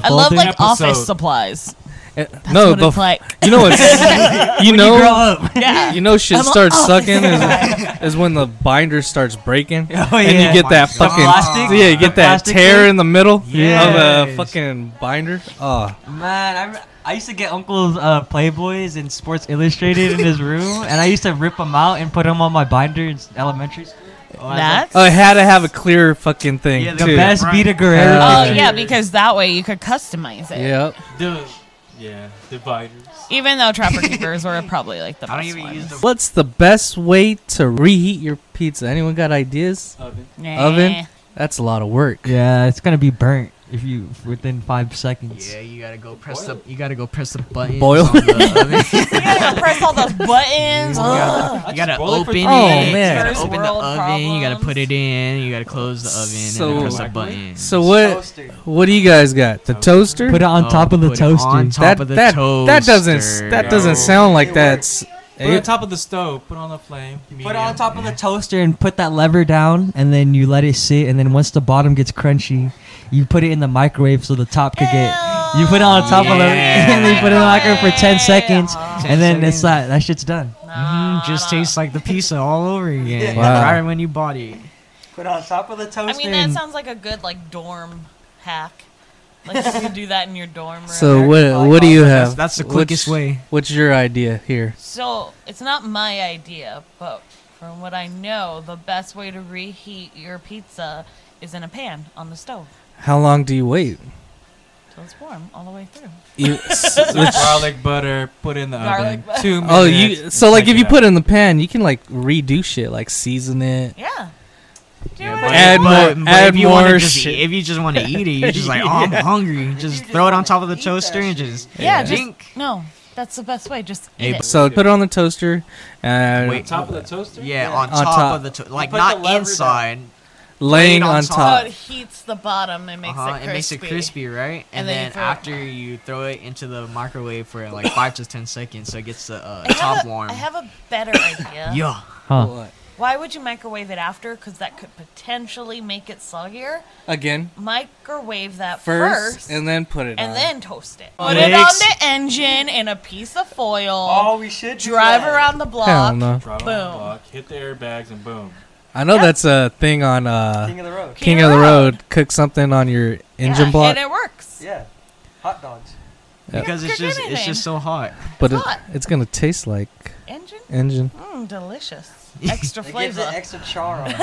[SPEAKER 3] The
[SPEAKER 5] folders about
[SPEAKER 4] I love
[SPEAKER 3] folder-
[SPEAKER 4] like office
[SPEAKER 5] episode.
[SPEAKER 4] supplies.
[SPEAKER 1] Eh,
[SPEAKER 4] That's
[SPEAKER 1] no,
[SPEAKER 4] what
[SPEAKER 1] the
[SPEAKER 4] it's like.
[SPEAKER 1] you know it's you
[SPEAKER 3] You grow
[SPEAKER 1] know
[SPEAKER 3] up.
[SPEAKER 4] Yeah.
[SPEAKER 1] you know shit
[SPEAKER 4] I'm a-
[SPEAKER 1] starts
[SPEAKER 4] oh.
[SPEAKER 1] sucking is, is when the binder starts breaking
[SPEAKER 3] Oh,
[SPEAKER 1] and
[SPEAKER 3] yeah.
[SPEAKER 1] you get that
[SPEAKER 6] The
[SPEAKER 1] fucking
[SPEAKER 3] plastic-
[SPEAKER 1] yeah you get
[SPEAKER 3] the
[SPEAKER 1] that
[SPEAKER 3] plastic
[SPEAKER 1] tear
[SPEAKER 3] thing?
[SPEAKER 1] in the middle of a
[SPEAKER 6] Yes.
[SPEAKER 1] fucking binder. Oh,
[SPEAKER 8] Man, I'm.
[SPEAKER 3] I used to get uncle's uh, Playboys and Sports Illustrated in his room, and I used to rip them out and put them on my binder in s- elementary school.
[SPEAKER 4] That's.
[SPEAKER 1] oh, it had to have a clear fucking thing
[SPEAKER 6] Yeah, the
[SPEAKER 3] The
[SPEAKER 1] too.
[SPEAKER 3] best
[SPEAKER 5] Right.
[SPEAKER 3] Vita Guerrero.
[SPEAKER 1] Uh,
[SPEAKER 4] Oh
[SPEAKER 3] picture.
[SPEAKER 4] yeah, because that way you could customize it.
[SPEAKER 1] Yep.
[SPEAKER 5] The yeah dividers.
[SPEAKER 4] Even though Trapper Keepers were probably like the best
[SPEAKER 6] I don't even use
[SPEAKER 4] ones.
[SPEAKER 6] the.
[SPEAKER 1] What's the best way to reheat your pizza? Anyone got ideas?
[SPEAKER 5] Oven.
[SPEAKER 4] Nah.
[SPEAKER 1] Oven? That's a lot of work.
[SPEAKER 3] yeah, it's gonna be burnt if you within five seconds.
[SPEAKER 6] Yeah, you gotta go press the. You gotta go press the button.
[SPEAKER 1] Boil.
[SPEAKER 4] You gotta press all those buttons. Oh, Ugh.
[SPEAKER 5] I
[SPEAKER 6] You gotta
[SPEAKER 5] just roll it for
[SPEAKER 6] open it.
[SPEAKER 5] three
[SPEAKER 1] Oh,
[SPEAKER 6] you
[SPEAKER 1] man.
[SPEAKER 6] gotta
[SPEAKER 4] First
[SPEAKER 6] open the
[SPEAKER 4] world
[SPEAKER 6] oven. You gotta put
[SPEAKER 4] problems.
[SPEAKER 6] it in. You gotta close the oven and
[SPEAKER 1] So-
[SPEAKER 6] then press the button.
[SPEAKER 1] So what?
[SPEAKER 8] Toaster.
[SPEAKER 1] What do you guys got? The toaster?
[SPEAKER 3] Put it on
[SPEAKER 6] Oh,
[SPEAKER 3] top of the
[SPEAKER 6] put it on
[SPEAKER 3] toaster.
[SPEAKER 6] top of the
[SPEAKER 1] that, that doesn't s-
[SPEAKER 6] toaster.
[SPEAKER 1] that doesn't sound like that's
[SPEAKER 5] Put it on top of the stove. Put it on the flame.
[SPEAKER 8] Put it on top of the
[SPEAKER 3] the toaster and put that lever down and then you let it sit and then once the bottom gets crunchy you put it in the microwave so the top could get you put it on top of it
[SPEAKER 6] Yeah.
[SPEAKER 3] and then you put it in the microwave for 10 seconds
[SPEAKER 4] Aw.
[SPEAKER 3] and then it's like that shit's done
[SPEAKER 4] Nah,
[SPEAKER 6] Mhm, just
[SPEAKER 4] nah.
[SPEAKER 6] tastes like the pizza all over again.
[SPEAKER 1] Wow.
[SPEAKER 6] Right when you bought it.
[SPEAKER 8] Put it on top of the toaster.
[SPEAKER 4] I mean, that sounds like a good like dorm hack. Like you could do that in your dorm room.
[SPEAKER 1] So what what do you
[SPEAKER 6] That's,
[SPEAKER 1] have?
[SPEAKER 6] that's the
[SPEAKER 1] What's-
[SPEAKER 6] quickest way.
[SPEAKER 1] What's your idea here?
[SPEAKER 4] So it's not my idea, but from what I know, the best way to reheat your pizza is in a pan on the stove
[SPEAKER 1] How long do you wait?
[SPEAKER 4] till it's warm all the way through.
[SPEAKER 1] You, s- which-
[SPEAKER 5] garlic butter. Put in the
[SPEAKER 4] Garlic
[SPEAKER 5] oven.
[SPEAKER 4] butter.
[SPEAKER 5] Two minutes.
[SPEAKER 1] oh, you
[SPEAKER 5] and
[SPEAKER 1] so like uh,
[SPEAKER 5] check
[SPEAKER 1] if you
[SPEAKER 5] it
[SPEAKER 1] put
[SPEAKER 5] out.
[SPEAKER 1] it in the pan, you can like redo shit, like season it.
[SPEAKER 4] Yeah. Do
[SPEAKER 5] Yeah,
[SPEAKER 4] what
[SPEAKER 5] but-
[SPEAKER 4] I
[SPEAKER 1] Add
[SPEAKER 4] want.
[SPEAKER 1] more- add
[SPEAKER 6] if you wanna
[SPEAKER 1] more
[SPEAKER 6] just,
[SPEAKER 1] shit.
[SPEAKER 6] If you just want to eat it, you're just like, oh, I'm hungry. Just throw it on top of the
[SPEAKER 8] eat that
[SPEAKER 6] toaster and
[SPEAKER 8] shit.
[SPEAKER 6] just
[SPEAKER 4] Yeah,
[SPEAKER 1] Yeah.
[SPEAKER 4] just
[SPEAKER 6] drink.
[SPEAKER 4] no. That's the best way. Just
[SPEAKER 6] Hey,
[SPEAKER 4] eat
[SPEAKER 6] but-
[SPEAKER 4] it.
[SPEAKER 1] So put it on the toaster, and
[SPEAKER 6] Wait.
[SPEAKER 5] top of the toaster.
[SPEAKER 6] Yeah, on,
[SPEAKER 1] On
[SPEAKER 6] top,
[SPEAKER 1] top.
[SPEAKER 6] of the to- like
[SPEAKER 8] put the
[SPEAKER 6] not
[SPEAKER 8] lever down.
[SPEAKER 6] inside.
[SPEAKER 1] laying
[SPEAKER 6] on
[SPEAKER 1] on
[SPEAKER 6] top.
[SPEAKER 4] So
[SPEAKER 1] top.
[SPEAKER 4] it heats the bottom and makes
[SPEAKER 6] uh, uh-huh,
[SPEAKER 4] it
[SPEAKER 6] it, makes
[SPEAKER 4] crispy.
[SPEAKER 6] it crispy, right?
[SPEAKER 4] And
[SPEAKER 6] And,
[SPEAKER 4] then you
[SPEAKER 6] then,
[SPEAKER 4] throw it-
[SPEAKER 6] after you throw it into the microwave for like five to ten seconds, so it gets the uh,
[SPEAKER 4] I have
[SPEAKER 6] top
[SPEAKER 4] a-
[SPEAKER 6] warm.
[SPEAKER 4] I have a better idea.
[SPEAKER 6] yeah,
[SPEAKER 3] huh.
[SPEAKER 1] What?
[SPEAKER 4] Why would you microwave it after? Because that could potentially make it sluggier.
[SPEAKER 1] Again,
[SPEAKER 4] Microwave that
[SPEAKER 1] first,
[SPEAKER 4] first,
[SPEAKER 1] and then put it
[SPEAKER 4] and
[SPEAKER 1] on.
[SPEAKER 4] then toast it. Put it on
[SPEAKER 2] Makes-
[SPEAKER 4] the engine in a piece of foil.
[SPEAKER 3] Oh, we should do
[SPEAKER 4] drive
[SPEAKER 3] that.
[SPEAKER 4] around the block.
[SPEAKER 1] Hell no.
[SPEAKER 5] Drive on
[SPEAKER 4] Boom.
[SPEAKER 5] the block, hit the airbags, and boom.
[SPEAKER 1] I know
[SPEAKER 4] Yeah.
[SPEAKER 1] that's a thing on uh,
[SPEAKER 3] King
[SPEAKER 1] King,
[SPEAKER 3] of the Road.
[SPEAKER 4] King
[SPEAKER 1] of the
[SPEAKER 4] of the
[SPEAKER 1] Road. Cook something on your engine
[SPEAKER 4] Yeah,
[SPEAKER 1] block,
[SPEAKER 4] and it works.
[SPEAKER 3] Yeah, hot dogs.
[SPEAKER 1] Yeah.
[SPEAKER 6] because it's
[SPEAKER 4] Cook
[SPEAKER 6] just it's
[SPEAKER 4] anything.
[SPEAKER 6] just so hot.
[SPEAKER 1] but it,
[SPEAKER 4] hot.
[SPEAKER 1] it's gonna taste like
[SPEAKER 4] Engine,
[SPEAKER 1] engine.
[SPEAKER 4] mm, delicious. Extra
[SPEAKER 3] It gives
[SPEAKER 4] flavor.
[SPEAKER 3] it extra char on it.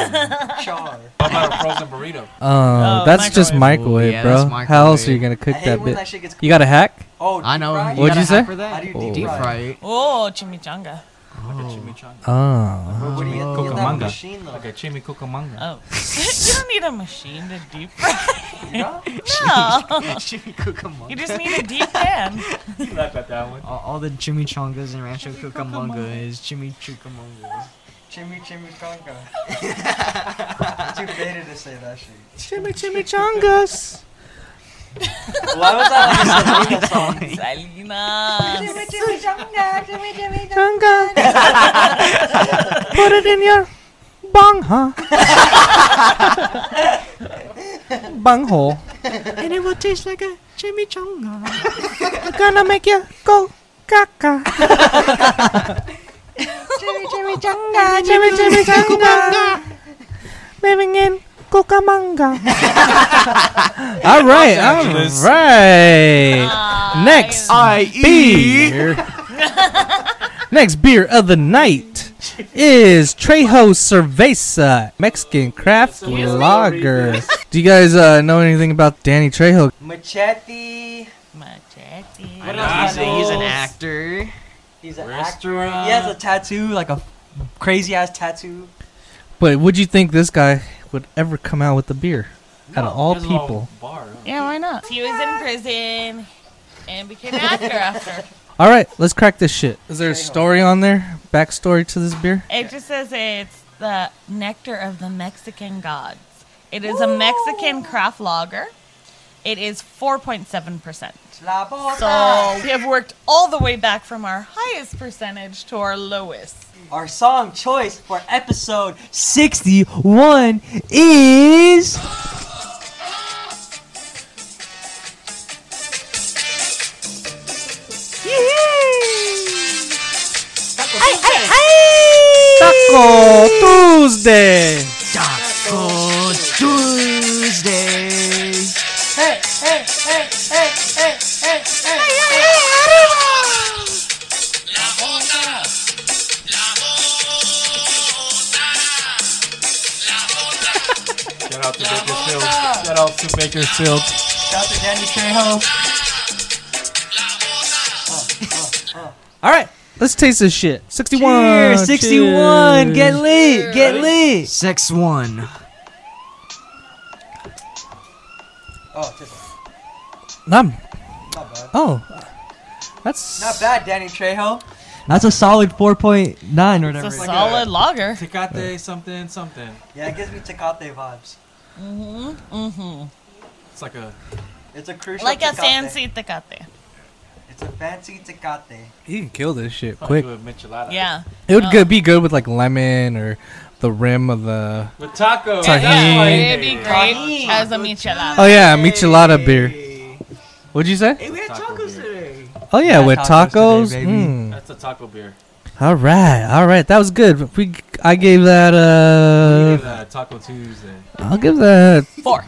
[SPEAKER 3] Char.
[SPEAKER 5] How about a frozen burrito?
[SPEAKER 1] Oh, that's just microwave,
[SPEAKER 6] microwave. Yeah,
[SPEAKER 1] bro.
[SPEAKER 6] that's
[SPEAKER 1] How else are you
[SPEAKER 6] microwave.
[SPEAKER 1] gonna
[SPEAKER 3] I
[SPEAKER 1] cook
[SPEAKER 3] hate
[SPEAKER 1] that
[SPEAKER 3] when
[SPEAKER 1] bit?
[SPEAKER 3] that shit gets.
[SPEAKER 1] You got a hack?
[SPEAKER 3] oh,
[SPEAKER 6] I know.
[SPEAKER 3] deep fried?
[SPEAKER 1] What'd
[SPEAKER 6] gotta
[SPEAKER 1] you say?
[SPEAKER 6] hack For that?
[SPEAKER 3] How do you
[SPEAKER 1] Oh.
[SPEAKER 6] Deep
[SPEAKER 3] deep fry?
[SPEAKER 6] fry it.
[SPEAKER 4] oh, chimichanga.
[SPEAKER 5] Like a
[SPEAKER 6] Oh.
[SPEAKER 5] chimichanga.
[SPEAKER 1] Oh,
[SPEAKER 3] What do you
[SPEAKER 6] Oh.
[SPEAKER 3] get in that
[SPEAKER 5] Cucamonga.
[SPEAKER 3] machine though?
[SPEAKER 5] Like a chimicocamanga.
[SPEAKER 4] Oh, you don't need a machine to deep fry.
[SPEAKER 3] You know?
[SPEAKER 4] No, you
[SPEAKER 6] Chimicucamonga.
[SPEAKER 4] just need a deep pan.
[SPEAKER 5] You laugh at that one.
[SPEAKER 6] All, all the chimichangas and rancho cucamonga is chimichucamonga.
[SPEAKER 3] Chimmy chimichanga. Too beta to say that shit.
[SPEAKER 1] Chimmy chimichangas.
[SPEAKER 3] Why was that like a Selena song?
[SPEAKER 4] Salinas.
[SPEAKER 7] Jimmy, Jimmy, Junga, Jimmy, Jimmy, Junga.
[SPEAKER 1] Changa. Put it in your bung, huh? bung hole.
[SPEAKER 6] And it will taste like a chimichanga.
[SPEAKER 1] I'm gonna make you go caca.
[SPEAKER 7] Jimmy, Jimmy, Junga, Jimmy,
[SPEAKER 1] Chimmy chimichanga. Living in Cucamonga. all right, all
[SPEAKER 5] Angeles.
[SPEAKER 1] right.
[SPEAKER 4] Ah,
[SPEAKER 1] Next
[SPEAKER 6] I eat.
[SPEAKER 1] beer. Next beer of the night is Trejo Cerveza, Mexican craft
[SPEAKER 5] Excuse me?
[SPEAKER 1] lager. Do you guys uh, know anything about Danny Trejo?
[SPEAKER 3] Machete.
[SPEAKER 4] Machete.
[SPEAKER 6] I know he's, a, he's an
[SPEAKER 5] Noodles.
[SPEAKER 6] actor.
[SPEAKER 3] He's an actor.
[SPEAKER 5] Restaurant.
[SPEAKER 3] He has a tattoo, like a crazy ass tattoo.
[SPEAKER 1] But would you think this guy would ever come out with a beer? Out of
[SPEAKER 5] No,
[SPEAKER 1] all
[SPEAKER 5] there's a little
[SPEAKER 1] people.
[SPEAKER 5] Bar. huh?
[SPEAKER 4] Yeah, why not? He was in prison and became an actor after.
[SPEAKER 1] All right, let's crack this shit. Is there a story on there? Backstory to this beer?
[SPEAKER 4] It just says it's the nectar of the Mexican gods. It is a Mexican craft lager. It is 4.7%.
[SPEAKER 3] La bota.
[SPEAKER 4] So we have worked all the way back from our highest percentage to our lowest.
[SPEAKER 3] Our song choice for episode 61 is.
[SPEAKER 1] Taco Tuesday.
[SPEAKER 6] Taco Tuesday.
[SPEAKER 5] Shout out to Bakersfield. Shout out to Bakersfield.
[SPEAKER 3] Dr. Danny Trejo.
[SPEAKER 1] All right, let's taste this shit. 61.
[SPEAKER 3] Cheers, 61. Get
[SPEAKER 1] Cheers.
[SPEAKER 3] lit. Get lit.
[SPEAKER 6] Sex one.
[SPEAKER 3] Oh, just
[SPEAKER 1] Not,
[SPEAKER 3] not bad.
[SPEAKER 1] oh, that's
[SPEAKER 3] Not bad, Danny Trejo.
[SPEAKER 6] That's a solid 4.9 or
[SPEAKER 4] It's
[SPEAKER 6] whatever.
[SPEAKER 4] a
[SPEAKER 3] Like
[SPEAKER 4] solid lager.
[SPEAKER 5] Tecate something something.
[SPEAKER 3] Yeah, it gives me Tecate vibes.
[SPEAKER 5] It's like a
[SPEAKER 3] It's a crucial
[SPEAKER 4] Like a
[SPEAKER 3] Tecate.
[SPEAKER 4] fancy tecate.
[SPEAKER 3] It's a fancy Tecate.
[SPEAKER 1] You can kill this shit
[SPEAKER 5] Quick.
[SPEAKER 1] quick.
[SPEAKER 5] michelada.
[SPEAKER 4] Yeah.
[SPEAKER 1] It would
[SPEAKER 4] Oh.
[SPEAKER 1] good, be good with like lemon or the rim of the.
[SPEAKER 5] With tacos.
[SPEAKER 1] Tahini.
[SPEAKER 4] It'd be great
[SPEAKER 3] Tahini.
[SPEAKER 4] as a michelada.
[SPEAKER 1] Oh yeah, michelada beer.
[SPEAKER 6] Hey,
[SPEAKER 1] What'd you say?
[SPEAKER 6] we had
[SPEAKER 5] Taco
[SPEAKER 6] tacos
[SPEAKER 5] beer.
[SPEAKER 6] today.
[SPEAKER 1] Oh yeah,
[SPEAKER 3] Yeah,
[SPEAKER 1] with
[SPEAKER 3] tacos
[SPEAKER 1] tacos.
[SPEAKER 3] today, baby.
[SPEAKER 1] mm.
[SPEAKER 5] That's a taco beer.
[SPEAKER 1] All right, all right, that was good. We, I gave that
[SPEAKER 5] You
[SPEAKER 1] uh,
[SPEAKER 5] give that a taco Tuesday.
[SPEAKER 1] I'll give that
[SPEAKER 4] Four.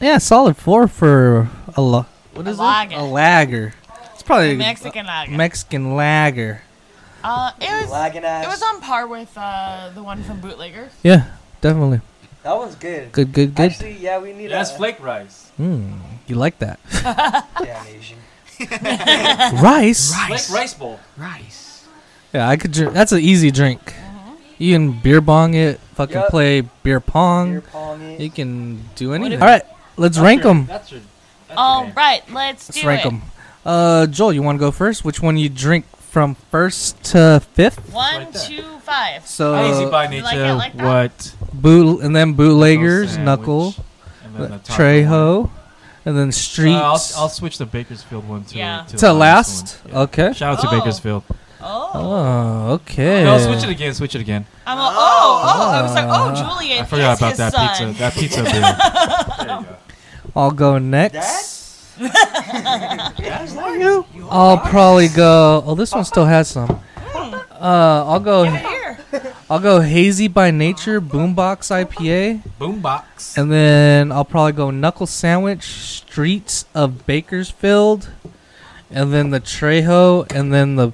[SPEAKER 1] yeah, solid four for a lo- what
[SPEAKER 4] A
[SPEAKER 1] is
[SPEAKER 4] lager.
[SPEAKER 1] it? A lager. It's probably
[SPEAKER 4] Mexican
[SPEAKER 1] a
[SPEAKER 4] lager.
[SPEAKER 1] Mexican lager.
[SPEAKER 4] uh, it was
[SPEAKER 3] Lagging ass.
[SPEAKER 4] it was on par with uh, the one from Bootlegger.
[SPEAKER 1] Yeah, definitely.
[SPEAKER 3] that one's good.
[SPEAKER 1] Good, good, good.
[SPEAKER 3] Actually, yeah, we need
[SPEAKER 5] It has
[SPEAKER 3] a.
[SPEAKER 5] flake rice.
[SPEAKER 1] Mm, you like that?
[SPEAKER 3] Yeah, an Asian.
[SPEAKER 1] Rice.
[SPEAKER 5] Flake rice bowl.
[SPEAKER 6] Rice.
[SPEAKER 1] Yeah, I could. Drink. That's an easy drink.
[SPEAKER 5] Mm-hmm.
[SPEAKER 1] You can beer bong it. Fucking
[SPEAKER 3] Yup.
[SPEAKER 1] play beer pong.
[SPEAKER 3] Beer pong it.
[SPEAKER 1] You can do anything. All right, let's
[SPEAKER 5] That's
[SPEAKER 1] rank
[SPEAKER 5] your-
[SPEAKER 1] them.
[SPEAKER 5] That's your. That's
[SPEAKER 4] All
[SPEAKER 5] your
[SPEAKER 4] right, let's do
[SPEAKER 1] Let's rank
[SPEAKER 4] it.
[SPEAKER 1] them. Uh, Joel, you want to go first? Which one you drink from first to fifth?
[SPEAKER 4] One,
[SPEAKER 5] Right there.
[SPEAKER 4] two, five.
[SPEAKER 5] Easy
[SPEAKER 1] So
[SPEAKER 5] by
[SPEAKER 4] You
[SPEAKER 5] nature.
[SPEAKER 4] like it like that?
[SPEAKER 5] what?
[SPEAKER 1] boot and then bootleggers,
[SPEAKER 5] Sandwich,
[SPEAKER 1] knuckle,
[SPEAKER 5] and then the taco one.
[SPEAKER 1] Trejo, and then
[SPEAKER 5] Uh, I'll,
[SPEAKER 1] streets
[SPEAKER 5] I'll switch the Bakersfield one to
[SPEAKER 4] Yeah.
[SPEAKER 5] to,
[SPEAKER 1] to
[SPEAKER 5] the last
[SPEAKER 1] last.
[SPEAKER 5] one. Yeah.
[SPEAKER 1] Okay.
[SPEAKER 5] Shout out to
[SPEAKER 4] Oh.
[SPEAKER 5] Bakersfield.
[SPEAKER 4] Oh, oh.
[SPEAKER 1] Oh, okay.
[SPEAKER 5] No, switch it again. Switch it again.
[SPEAKER 4] I'm all, oh, oh. I was like, oh, Julian.
[SPEAKER 5] I forgot
[SPEAKER 4] is
[SPEAKER 5] about
[SPEAKER 4] his
[SPEAKER 5] that
[SPEAKER 4] son.
[SPEAKER 5] pizza. That pizza beer.
[SPEAKER 1] I'll go next.
[SPEAKER 10] That's
[SPEAKER 1] I'll probably go. Oh, this one still has some. Uh, I'll go.
[SPEAKER 4] Here.
[SPEAKER 1] I'll go hazy by nature, boombox IPA,
[SPEAKER 5] Boombox.
[SPEAKER 1] and then I'll probably go knuckle sandwich, streets of Bakersfield, and then the Trejo, and then the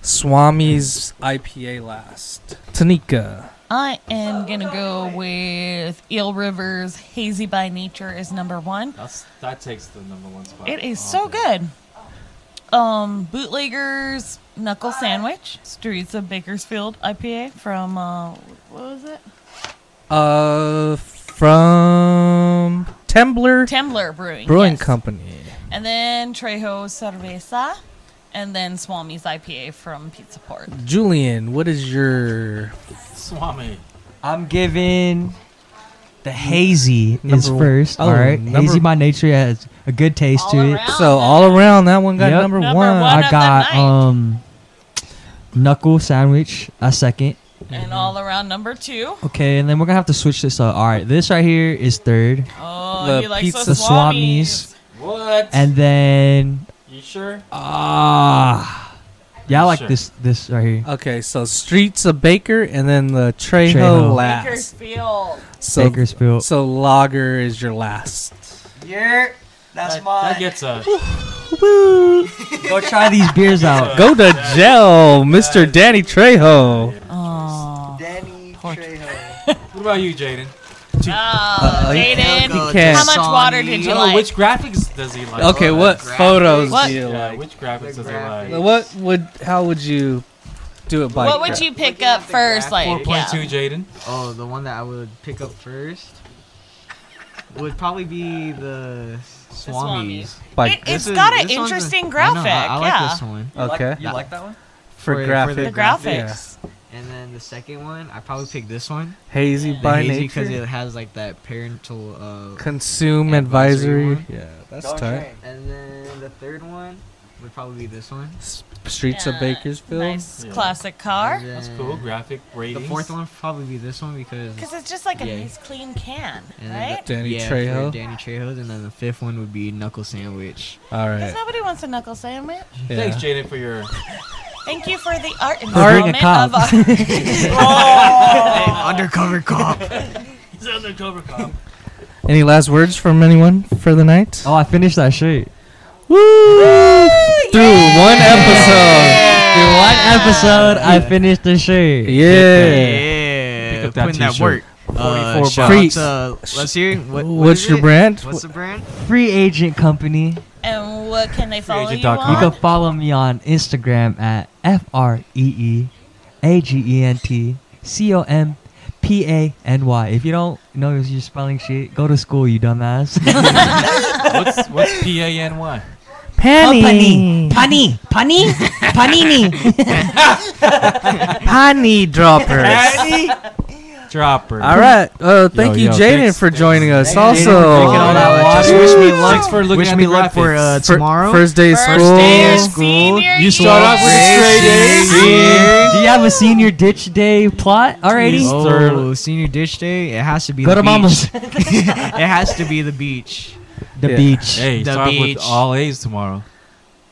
[SPEAKER 1] Swami's IPA last. Tanika.
[SPEAKER 4] I am gonna go with Eel Rivers. Hazy by nature is number one.
[SPEAKER 5] That's that takes the number one spot.
[SPEAKER 4] It is so good. Um, bootleggers knuckle sandwich, streets of Bakersfield IPA from uh, what was it?
[SPEAKER 1] Uh, from Tembler
[SPEAKER 4] Tembler Brewing.
[SPEAKER 1] Brewing
[SPEAKER 4] yes.
[SPEAKER 1] Company.
[SPEAKER 4] And then Trejo Cerveza, and then Swami's IPA from Pizza Port.
[SPEAKER 1] Julian, what is your
[SPEAKER 5] Swami.
[SPEAKER 3] I'm giving the hazy is
[SPEAKER 1] Number-
[SPEAKER 3] first.
[SPEAKER 1] oh,
[SPEAKER 3] all right,
[SPEAKER 1] number-
[SPEAKER 3] hazy by nature has a good taste
[SPEAKER 4] All
[SPEAKER 3] to it.
[SPEAKER 4] around.
[SPEAKER 1] so all around that one got
[SPEAKER 3] Yep.
[SPEAKER 1] number,
[SPEAKER 4] Number
[SPEAKER 1] one.
[SPEAKER 4] one.
[SPEAKER 3] I
[SPEAKER 4] of the
[SPEAKER 3] got
[SPEAKER 4] night.
[SPEAKER 3] um knuckle sandwich a second.
[SPEAKER 1] Mm-hmm.
[SPEAKER 4] And all around number two.
[SPEAKER 3] Okay, and then we're gonna have to switch this up. All right, this right here is third,
[SPEAKER 4] Oh,
[SPEAKER 1] The
[SPEAKER 4] he likes
[SPEAKER 1] pizza
[SPEAKER 4] the Swami's.
[SPEAKER 3] Swami's.
[SPEAKER 5] What?
[SPEAKER 3] and then
[SPEAKER 5] you sure?
[SPEAKER 3] ah, yeah, I like
[SPEAKER 5] Sure.
[SPEAKER 3] this this right here.
[SPEAKER 1] Okay, so Streets of Baker and then the Trejo,
[SPEAKER 3] Trejo.
[SPEAKER 1] last.
[SPEAKER 4] Bakersfield.
[SPEAKER 1] So
[SPEAKER 3] Bakersfield.
[SPEAKER 1] so Lager is your last.
[SPEAKER 11] Yeah, that's
[SPEAKER 5] That,
[SPEAKER 11] mine.
[SPEAKER 5] that gets a.
[SPEAKER 3] Go try these beers out.
[SPEAKER 1] Go to jail, Mr. Danny Trejo.
[SPEAKER 4] Oh.
[SPEAKER 11] Danny Trejo.
[SPEAKER 5] What about you, Jaden?
[SPEAKER 4] Oh,
[SPEAKER 1] you
[SPEAKER 4] Jaden.
[SPEAKER 1] You can't.
[SPEAKER 4] How much water did you
[SPEAKER 5] No,
[SPEAKER 4] like?
[SPEAKER 5] Oh, which graphics does he like?
[SPEAKER 1] Okay, what
[SPEAKER 6] graphics.
[SPEAKER 1] photos
[SPEAKER 4] What-
[SPEAKER 1] do you
[SPEAKER 5] Yeah,
[SPEAKER 1] like?
[SPEAKER 5] which graphics does he like?
[SPEAKER 1] What, would how would you do it by
[SPEAKER 4] what would
[SPEAKER 1] gra-
[SPEAKER 4] you pick up first? Like, yeah.
[SPEAKER 5] 4.2 Jaden.
[SPEAKER 6] Oh, the one that I would pick up first would probably be the Swamis.
[SPEAKER 1] by
[SPEAKER 4] It-
[SPEAKER 1] gra-
[SPEAKER 4] it's
[SPEAKER 6] This is-
[SPEAKER 4] got an
[SPEAKER 6] this one's a-
[SPEAKER 4] interesting
[SPEAKER 6] I know,
[SPEAKER 4] graphic.
[SPEAKER 6] I, I like
[SPEAKER 4] yeah.
[SPEAKER 6] this one.
[SPEAKER 1] Okay.
[SPEAKER 11] You like that one?
[SPEAKER 1] for,
[SPEAKER 6] for- for
[SPEAKER 1] graphic
[SPEAKER 4] the
[SPEAKER 6] The
[SPEAKER 4] graphics.
[SPEAKER 6] And then the second one, I probably pick this one.
[SPEAKER 1] hazy
[SPEAKER 6] The
[SPEAKER 1] by
[SPEAKER 6] hazy
[SPEAKER 1] nature.
[SPEAKER 6] because it has like that parental. Uh,
[SPEAKER 1] Consume advisory.
[SPEAKER 6] Advisory one.
[SPEAKER 1] Yeah, that's
[SPEAKER 11] Don't
[SPEAKER 1] tight.
[SPEAKER 11] train.
[SPEAKER 6] and then the third one would probably be this one.
[SPEAKER 1] S- Streets
[SPEAKER 4] Yeah,
[SPEAKER 1] of Bakersfield.
[SPEAKER 4] Nice
[SPEAKER 5] Yeah.
[SPEAKER 4] classic car.
[SPEAKER 6] And
[SPEAKER 5] That's
[SPEAKER 6] then
[SPEAKER 5] cool. Graphic
[SPEAKER 6] The
[SPEAKER 5] ratings.
[SPEAKER 6] fourth one would probably be this one because.
[SPEAKER 4] Because it's just like a
[SPEAKER 6] Yeah.
[SPEAKER 4] nice clean can,
[SPEAKER 6] And then the-
[SPEAKER 4] right?
[SPEAKER 1] Danny
[SPEAKER 6] yeah, for
[SPEAKER 1] Trejo.
[SPEAKER 6] Danny Trejo's, and then the fifth one would be Knuckle Sandwich.
[SPEAKER 1] All
[SPEAKER 4] Because
[SPEAKER 1] right.
[SPEAKER 4] nobody wants a knuckle sandwich.
[SPEAKER 5] Thanks,
[SPEAKER 1] Yeah.
[SPEAKER 5] Jaden, for your.
[SPEAKER 4] Thank you for the art
[SPEAKER 3] For being a
[SPEAKER 4] installment of
[SPEAKER 3] cop.
[SPEAKER 4] our.
[SPEAKER 6] Undercover cop.
[SPEAKER 1] Any last words from anyone for the night?
[SPEAKER 3] Oh, I finished that shirt.
[SPEAKER 1] Woo! Through one episode.
[SPEAKER 3] Through one episode, I finished the shirt.
[SPEAKER 1] Yeah.
[SPEAKER 6] yeah,
[SPEAKER 5] Pick up that
[SPEAKER 6] putting that
[SPEAKER 5] t-shirt.
[SPEAKER 6] work. Uh,
[SPEAKER 5] 44
[SPEAKER 6] shout
[SPEAKER 1] bucks.
[SPEAKER 6] out to- let's hear. What, what
[SPEAKER 1] What's
[SPEAKER 6] is
[SPEAKER 1] your
[SPEAKER 6] it?
[SPEAKER 1] brand?
[SPEAKER 6] What's the brand?
[SPEAKER 3] Free agent company.
[SPEAKER 4] and what can they follow you
[SPEAKER 5] Freeagent.com.
[SPEAKER 3] You
[SPEAKER 4] on?
[SPEAKER 3] can follow me on Instagram at F R E E A G E N T C O M P A N Y. If you don't know your spelling shit, go to school, you dumbass.
[SPEAKER 5] What's what's P A N Y?
[SPEAKER 3] Company.
[SPEAKER 12] Pani, pani, panini.
[SPEAKER 1] Honey droppers.
[SPEAKER 5] Dropper.
[SPEAKER 1] All right. Uh, thank
[SPEAKER 5] Yo,
[SPEAKER 1] you,
[SPEAKER 5] yo,
[SPEAKER 1] Jaden,
[SPEAKER 5] thanks-
[SPEAKER 1] for joining us. Also,
[SPEAKER 3] drinking all that
[SPEAKER 6] Uh, just
[SPEAKER 3] water.
[SPEAKER 6] wish me
[SPEAKER 5] Woo!
[SPEAKER 6] luck.
[SPEAKER 5] Thanks for looking
[SPEAKER 6] wish
[SPEAKER 5] at
[SPEAKER 6] me
[SPEAKER 5] the
[SPEAKER 6] luck for uh,
[SPEAKER 5] graphics.
[SPEAKER 1] fir-
[SPEAKER 6] tomorrow.
[SPEAKER 1] first day of
[SPEAKER 4] First
[SPEAKER 1] school.
[SPEAKER 4] day of
[SPEAKER 6] School.
[SPEAKER 4] senior
[SPEAKER 5] You start off with
[SPEAKER 4] year.
[SPEAKER 5] straight A's.
[SPEAKER 3] Do you have a senior ditch day plot already?
[SPEAKER 5] Yes.
[SPEAKER 6] Oh, senior ditch day. It has to be
[SPEAKER 3] Go
[SPEAKER 6] the
[SPEAKER 3] to
[SPEAKER 6] beach.
[SPEAKER 3] mama's.
[SPEAKER 6] it has to be the beach.
[SPEAKER 3] The
[SPEAKER 1] Yeah.
[SPEAKER 3] beach.
[SPEAKER 5] Hey,
[SPEAKER 6] The
[SPEAKER 5] start off
[SPEAKER 6] beach.
[SPEAKER 5] with all A's tomorrow.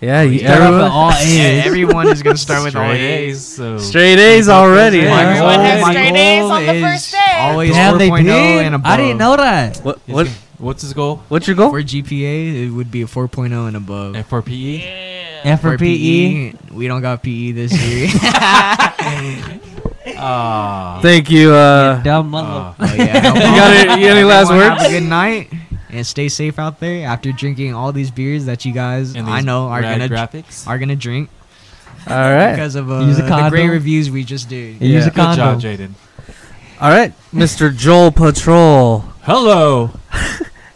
[SPEAKER 1] Yeah, you
[SPEAKER 3] Start off with
[SPEAKER 1] everyone-
[SPEAKER 3] all A's.
[SPEAKER 6] Yeah, everyone is gonna start with all
[SPEAKER 5] Straight
[SPEAKER 6] A's.
[SPEAKER 5] So
[SPEAKER 1] straight A's already.
[SPEAKER 5] Straight
[SPEAKER 1] huh?
[SPEAKER 5] A's.
[SPEAKER 4] Everyone
[SPEAKER 6] goal-
[SPEAKER 4] had
[SPEAKER 6] my
[SPEAKER 4] straight A's
[SPEAKER 6] goal
[SPEAKER 4] on the
[SPEAKER 6] is
[SPEAKER 4] first day.
[SPEAKER 6] Always
[SPEAKER 3] Damn, they
[SPEAKER 6] 4.0
[SPEAKER 3] did?
[SPEAKER 6] and above.
[SPEAKER 3] I didn't know that.
[SPEAKER 1] What? What?
[SPEAKER 5] what's his goal?
[SPEAKER 1] What's your goal?
[SPEAKER 6] For GPA, it would be a 4.0 and above.
[SPEAKER 5] And for E? PE?
[SPEAKER 4] Yeah.
[SPEAKER 3] And for,
[SPEAKER 6] E.
[SPEAKER 3] E? PE,
[SPEAKER 6] we don't got PE this year.
[SPEAKER 5] Ah.
[SPEAKER 1] Thank you. Uh,
[SPEAKER 3] dumb
[SPEAKER 5] ah.
[SPEAKER 3] mother.
[SPEAKER 6] Oh, yeah.
[SPEAKER 1] you got any, you got any last
[SPEAKER 6] Everyone
[SPEAKER 1] words?
[SPEAKER 6] Have a good night and stay safe out there after drinking all these beers that you guys
[SPEAKER 5] And
[SPEAKER 6] I
[SPEAKER 5] these
[SPEAKER 6] know are
[SPEAKER 5] rad
[SPEAKER 6] gonna
[SPEAKER 5] graphics.
[SPEAKER 6] are gonna drink
[SPEAKER 1] All right.
[SPEAKER 6] because of uh,
[SPEAKER 3] Use a
[SPEAKER 6] the great
[SPEAKER 3] condom.
[SPEAKER 6] reviews we just
[SPEAKER 3] Use
[SPEAKER 6] did.
[SPEAKER 1] Yeah.
[SPEAKER 3] a
[SPEAKER 1] Good
[SPEAKER 5] Good
[SPEAKER 3] condom.
[SPEAKER 5] job, Jaden.
[SPEAKER 1] All right, Mr. Joel Patrol.
[SPEAKER 5] Hello.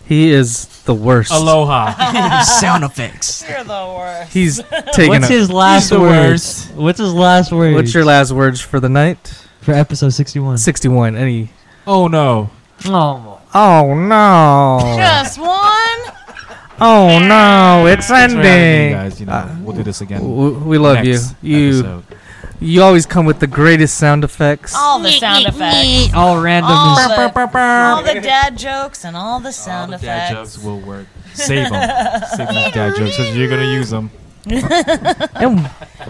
[SPEAKER 1] He is the worst.
[SPEAKER 5] Aloha.
[SPEAKER 6] Sound effects.
[SPEAKER 4] You're the worst.
[SPEAKER 1] He's taking.
[SPEAKER 3] What's
[SPEAKER 1] a-
[SPEAKER 3] his last
[SPEAKER 5] He's the
[SPEAKER 3] words?
[SPEAKER 5] worst.
[SPEAKER 3] What's his last words?
[SPEAKER 1] What's your last words for the night?
[SPEAKER 3] for episode sixty-one?
[SPEAKER 1] Sixty-one. Any?
[SPEAKER 5] Oh no.
[SPEAKER 3] Oh,
[SPEAKER 1] Oh no!
[SPEAKER 4] Just one.
[SPEAKER 1] oh no!
[SPEAKER 5] Thanks
[SPEAKER 1] It's
[SPEAKER 5] for having me,
[SPEAKER 1] ending.
[SPEAKER 5] guys. You know, we'll do this again.
[SPEAKER 1] W- we love
[SPEAKER 5] next
[SPEAKER 1] you. You
[SPEAKER 5] episode.
[SPEAKER 1] You always come with the greatest sound effects.
[SPEAKER 4] All the sound effects.
[SPEAKER 3] All random.
[SPEAKER 4] All
[SPEAKER 3] is-
[SPEAKER 4] the, all the dad jokes and all the
[SPEAKER 5] All
[SPEAKER 4] sound
[SPEAKER 5] the
[SPEAKER 4] effects.
[SPEAKER 5] dad jokes will work. Save them. Save these dad jokes because you're gonna use them.
[SPEAKER 1] And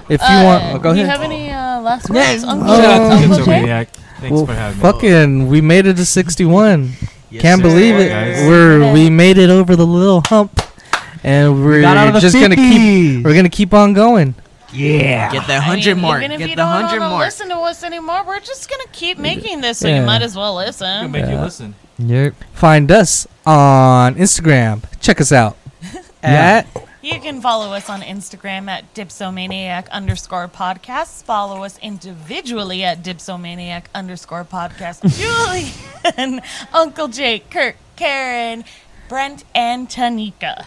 [SPEAKER 1] if you
[SPEAKER 4] Uh,
[SPEAKER 1] want, oh, go
[SPEAKER 4] do
[SPEAKER 1] ahead.
[SPEAKER 4] you have any uh, last words? Uncle,
[SPEAKER 5] Oh,
[SPEAKER 1] Shout out to
[SPEAKER 4] Uncle
[SPEAKER 5] Gentle
[SPEAKER 4] Jay?
[SPEAKER 5] Maniac. Thanks
[SPEAKER 1] Well,
[SPEAKER 5] for having me.
[SPEAKER 1] fucking, we made it to 61.
[SPEAKER 6] Yes,
[SPEAKER 1] Can't
[SPEAKER 6] sir.
[SPEAKER 1] believe it.
[SPEAKER 5] Guys.
[SPEAKER 1] We're we made it over the little hump, and we're
[SPEAKER 3] Got out of the
[SPEAKER 1] just gonna keep
[SPEAKER 3] 50s.
[SPEAKER 1] we're gonna keep on going.
[SPEAKER 3] yeah.
[SPEAKER 6] Get that
[SPEAKER 4] I mean,
[SPEAKER 6] hundred mark.
[SPEAKER 4] Even if
[SPEAKER 6] Get
[SPEAKER 4] you
[SPEAKER 6] the
[SPEAKER 4] don't
[SPEAKER 6] hundred
[SPEAKER 4] wanna
[SPEAKER 6] mark.
[SPEAKER 4] listen to us anymore, we're just gonna keep making this, so
[SPEAKER 1] Yeah.
[SPEAKER 4] you might as well
[SPEAKER 5] Gonna
[SPEAKER 4] listen.
[SPEAKER 5] make you
[SPEAKER 1] Yeah.
[SPEAKER 5] listen.
[SPEAKER 3] Yep.
[SPEAKER 1] Find us on Instagram. Check us out
[SPEAKER 3] Yeah.
[SPEAKER 1] at
[SPEAKER 4] You can follow us on Instagram at dipsomaniac underscore podcast. Follow us individually at dipsomaniac underscore podcast. Julian, Uncle Jake, Kirk, Karen, Brent, and Tanika.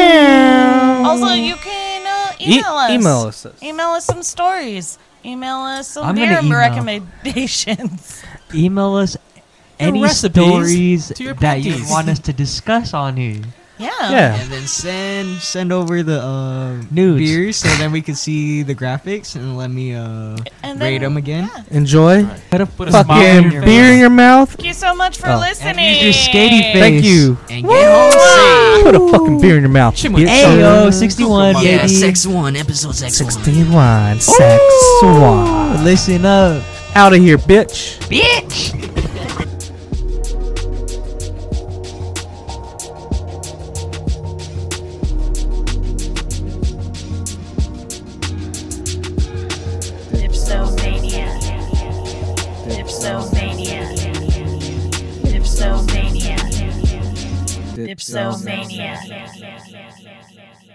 [SPEAKER 4] Also, you can uh,
[SPEAKER 1] e-
[SPEAKER 4] email us.
[SPEAKER 1] email us.
[SPEAKER 4] Email us some stories. Email us some
[SPEAKER 3] I'm gonna
[SPEAKER 4] beer
[SPEAKER 3] email.
[SPEAKER 4] recommendations.
[SPEAKER 3] Email us
[SPEAKER 6] Your
[SPEAKER 3] any
[SPEAKER 6] recipes
[SPEAKER 3] stories
[SPEAKER 6] to your
[SPEAKER 3] that you
[SPEAKER 6] parties.
[SPEAKER 3] want us to discuss on here.
[SPEAKER 4] Yeah.
[SPEAKER 1] Yeah,
[SPEAKER 6] And then send send over the uh,
[SPEAKER 3] Nudes.
[SPEAKER 6] beers so then we can see the graphics and let me uh,
[SPEAKER 4] And
[SPEAKER 6] rate
[SPEAKER 4] then,
[SPEAKER 6] them again.
[SPEAKER 4] yeah.
[SPEAKER 1] enjoy.
[SPEAKER 3] Put a
[SPEAKER 5] Put a smile on
[SPEAKER 1] Fucking
[SPEAKER 5] your
[SPEAKER 1] beer in
[SPEAKER 5] face.
[SPEAKER 1] your mouth.
[SPEAKER 4] Thank you so much for
[SPEAKER 1] Oh.
[SPEAKER 4] listening.
[SPEAKER 3] use your skating face.
[SPEAKER 1] Thank you.
[SPEAKER 6] And get home safe.
[SPEAKER 1] Put a fucking beer in your mouth.
[SPEAKER 5] Chimney.
[SPEAKER 1] Get
[SPEAKER 3] Ayo,
[SPEAKER 1] some
[SPEAKER 3] 61,
[SPEAKER 5] Yeah,
[SPEAKER 6] Yeah,
[SPEAKER 3] baby.
[SPEAKER 6] sex one, episode sex, one.
[SPEAKER 1] 61 sex
[SPEAKER 3] Ooh, Listen up.
[SPEAKER 1] Out of here, bitch.
[SPEAKER 3] Bitch.
[SPEAKER 4] Dipsomania. Dipsomania. Dipsomania. Dipsomania.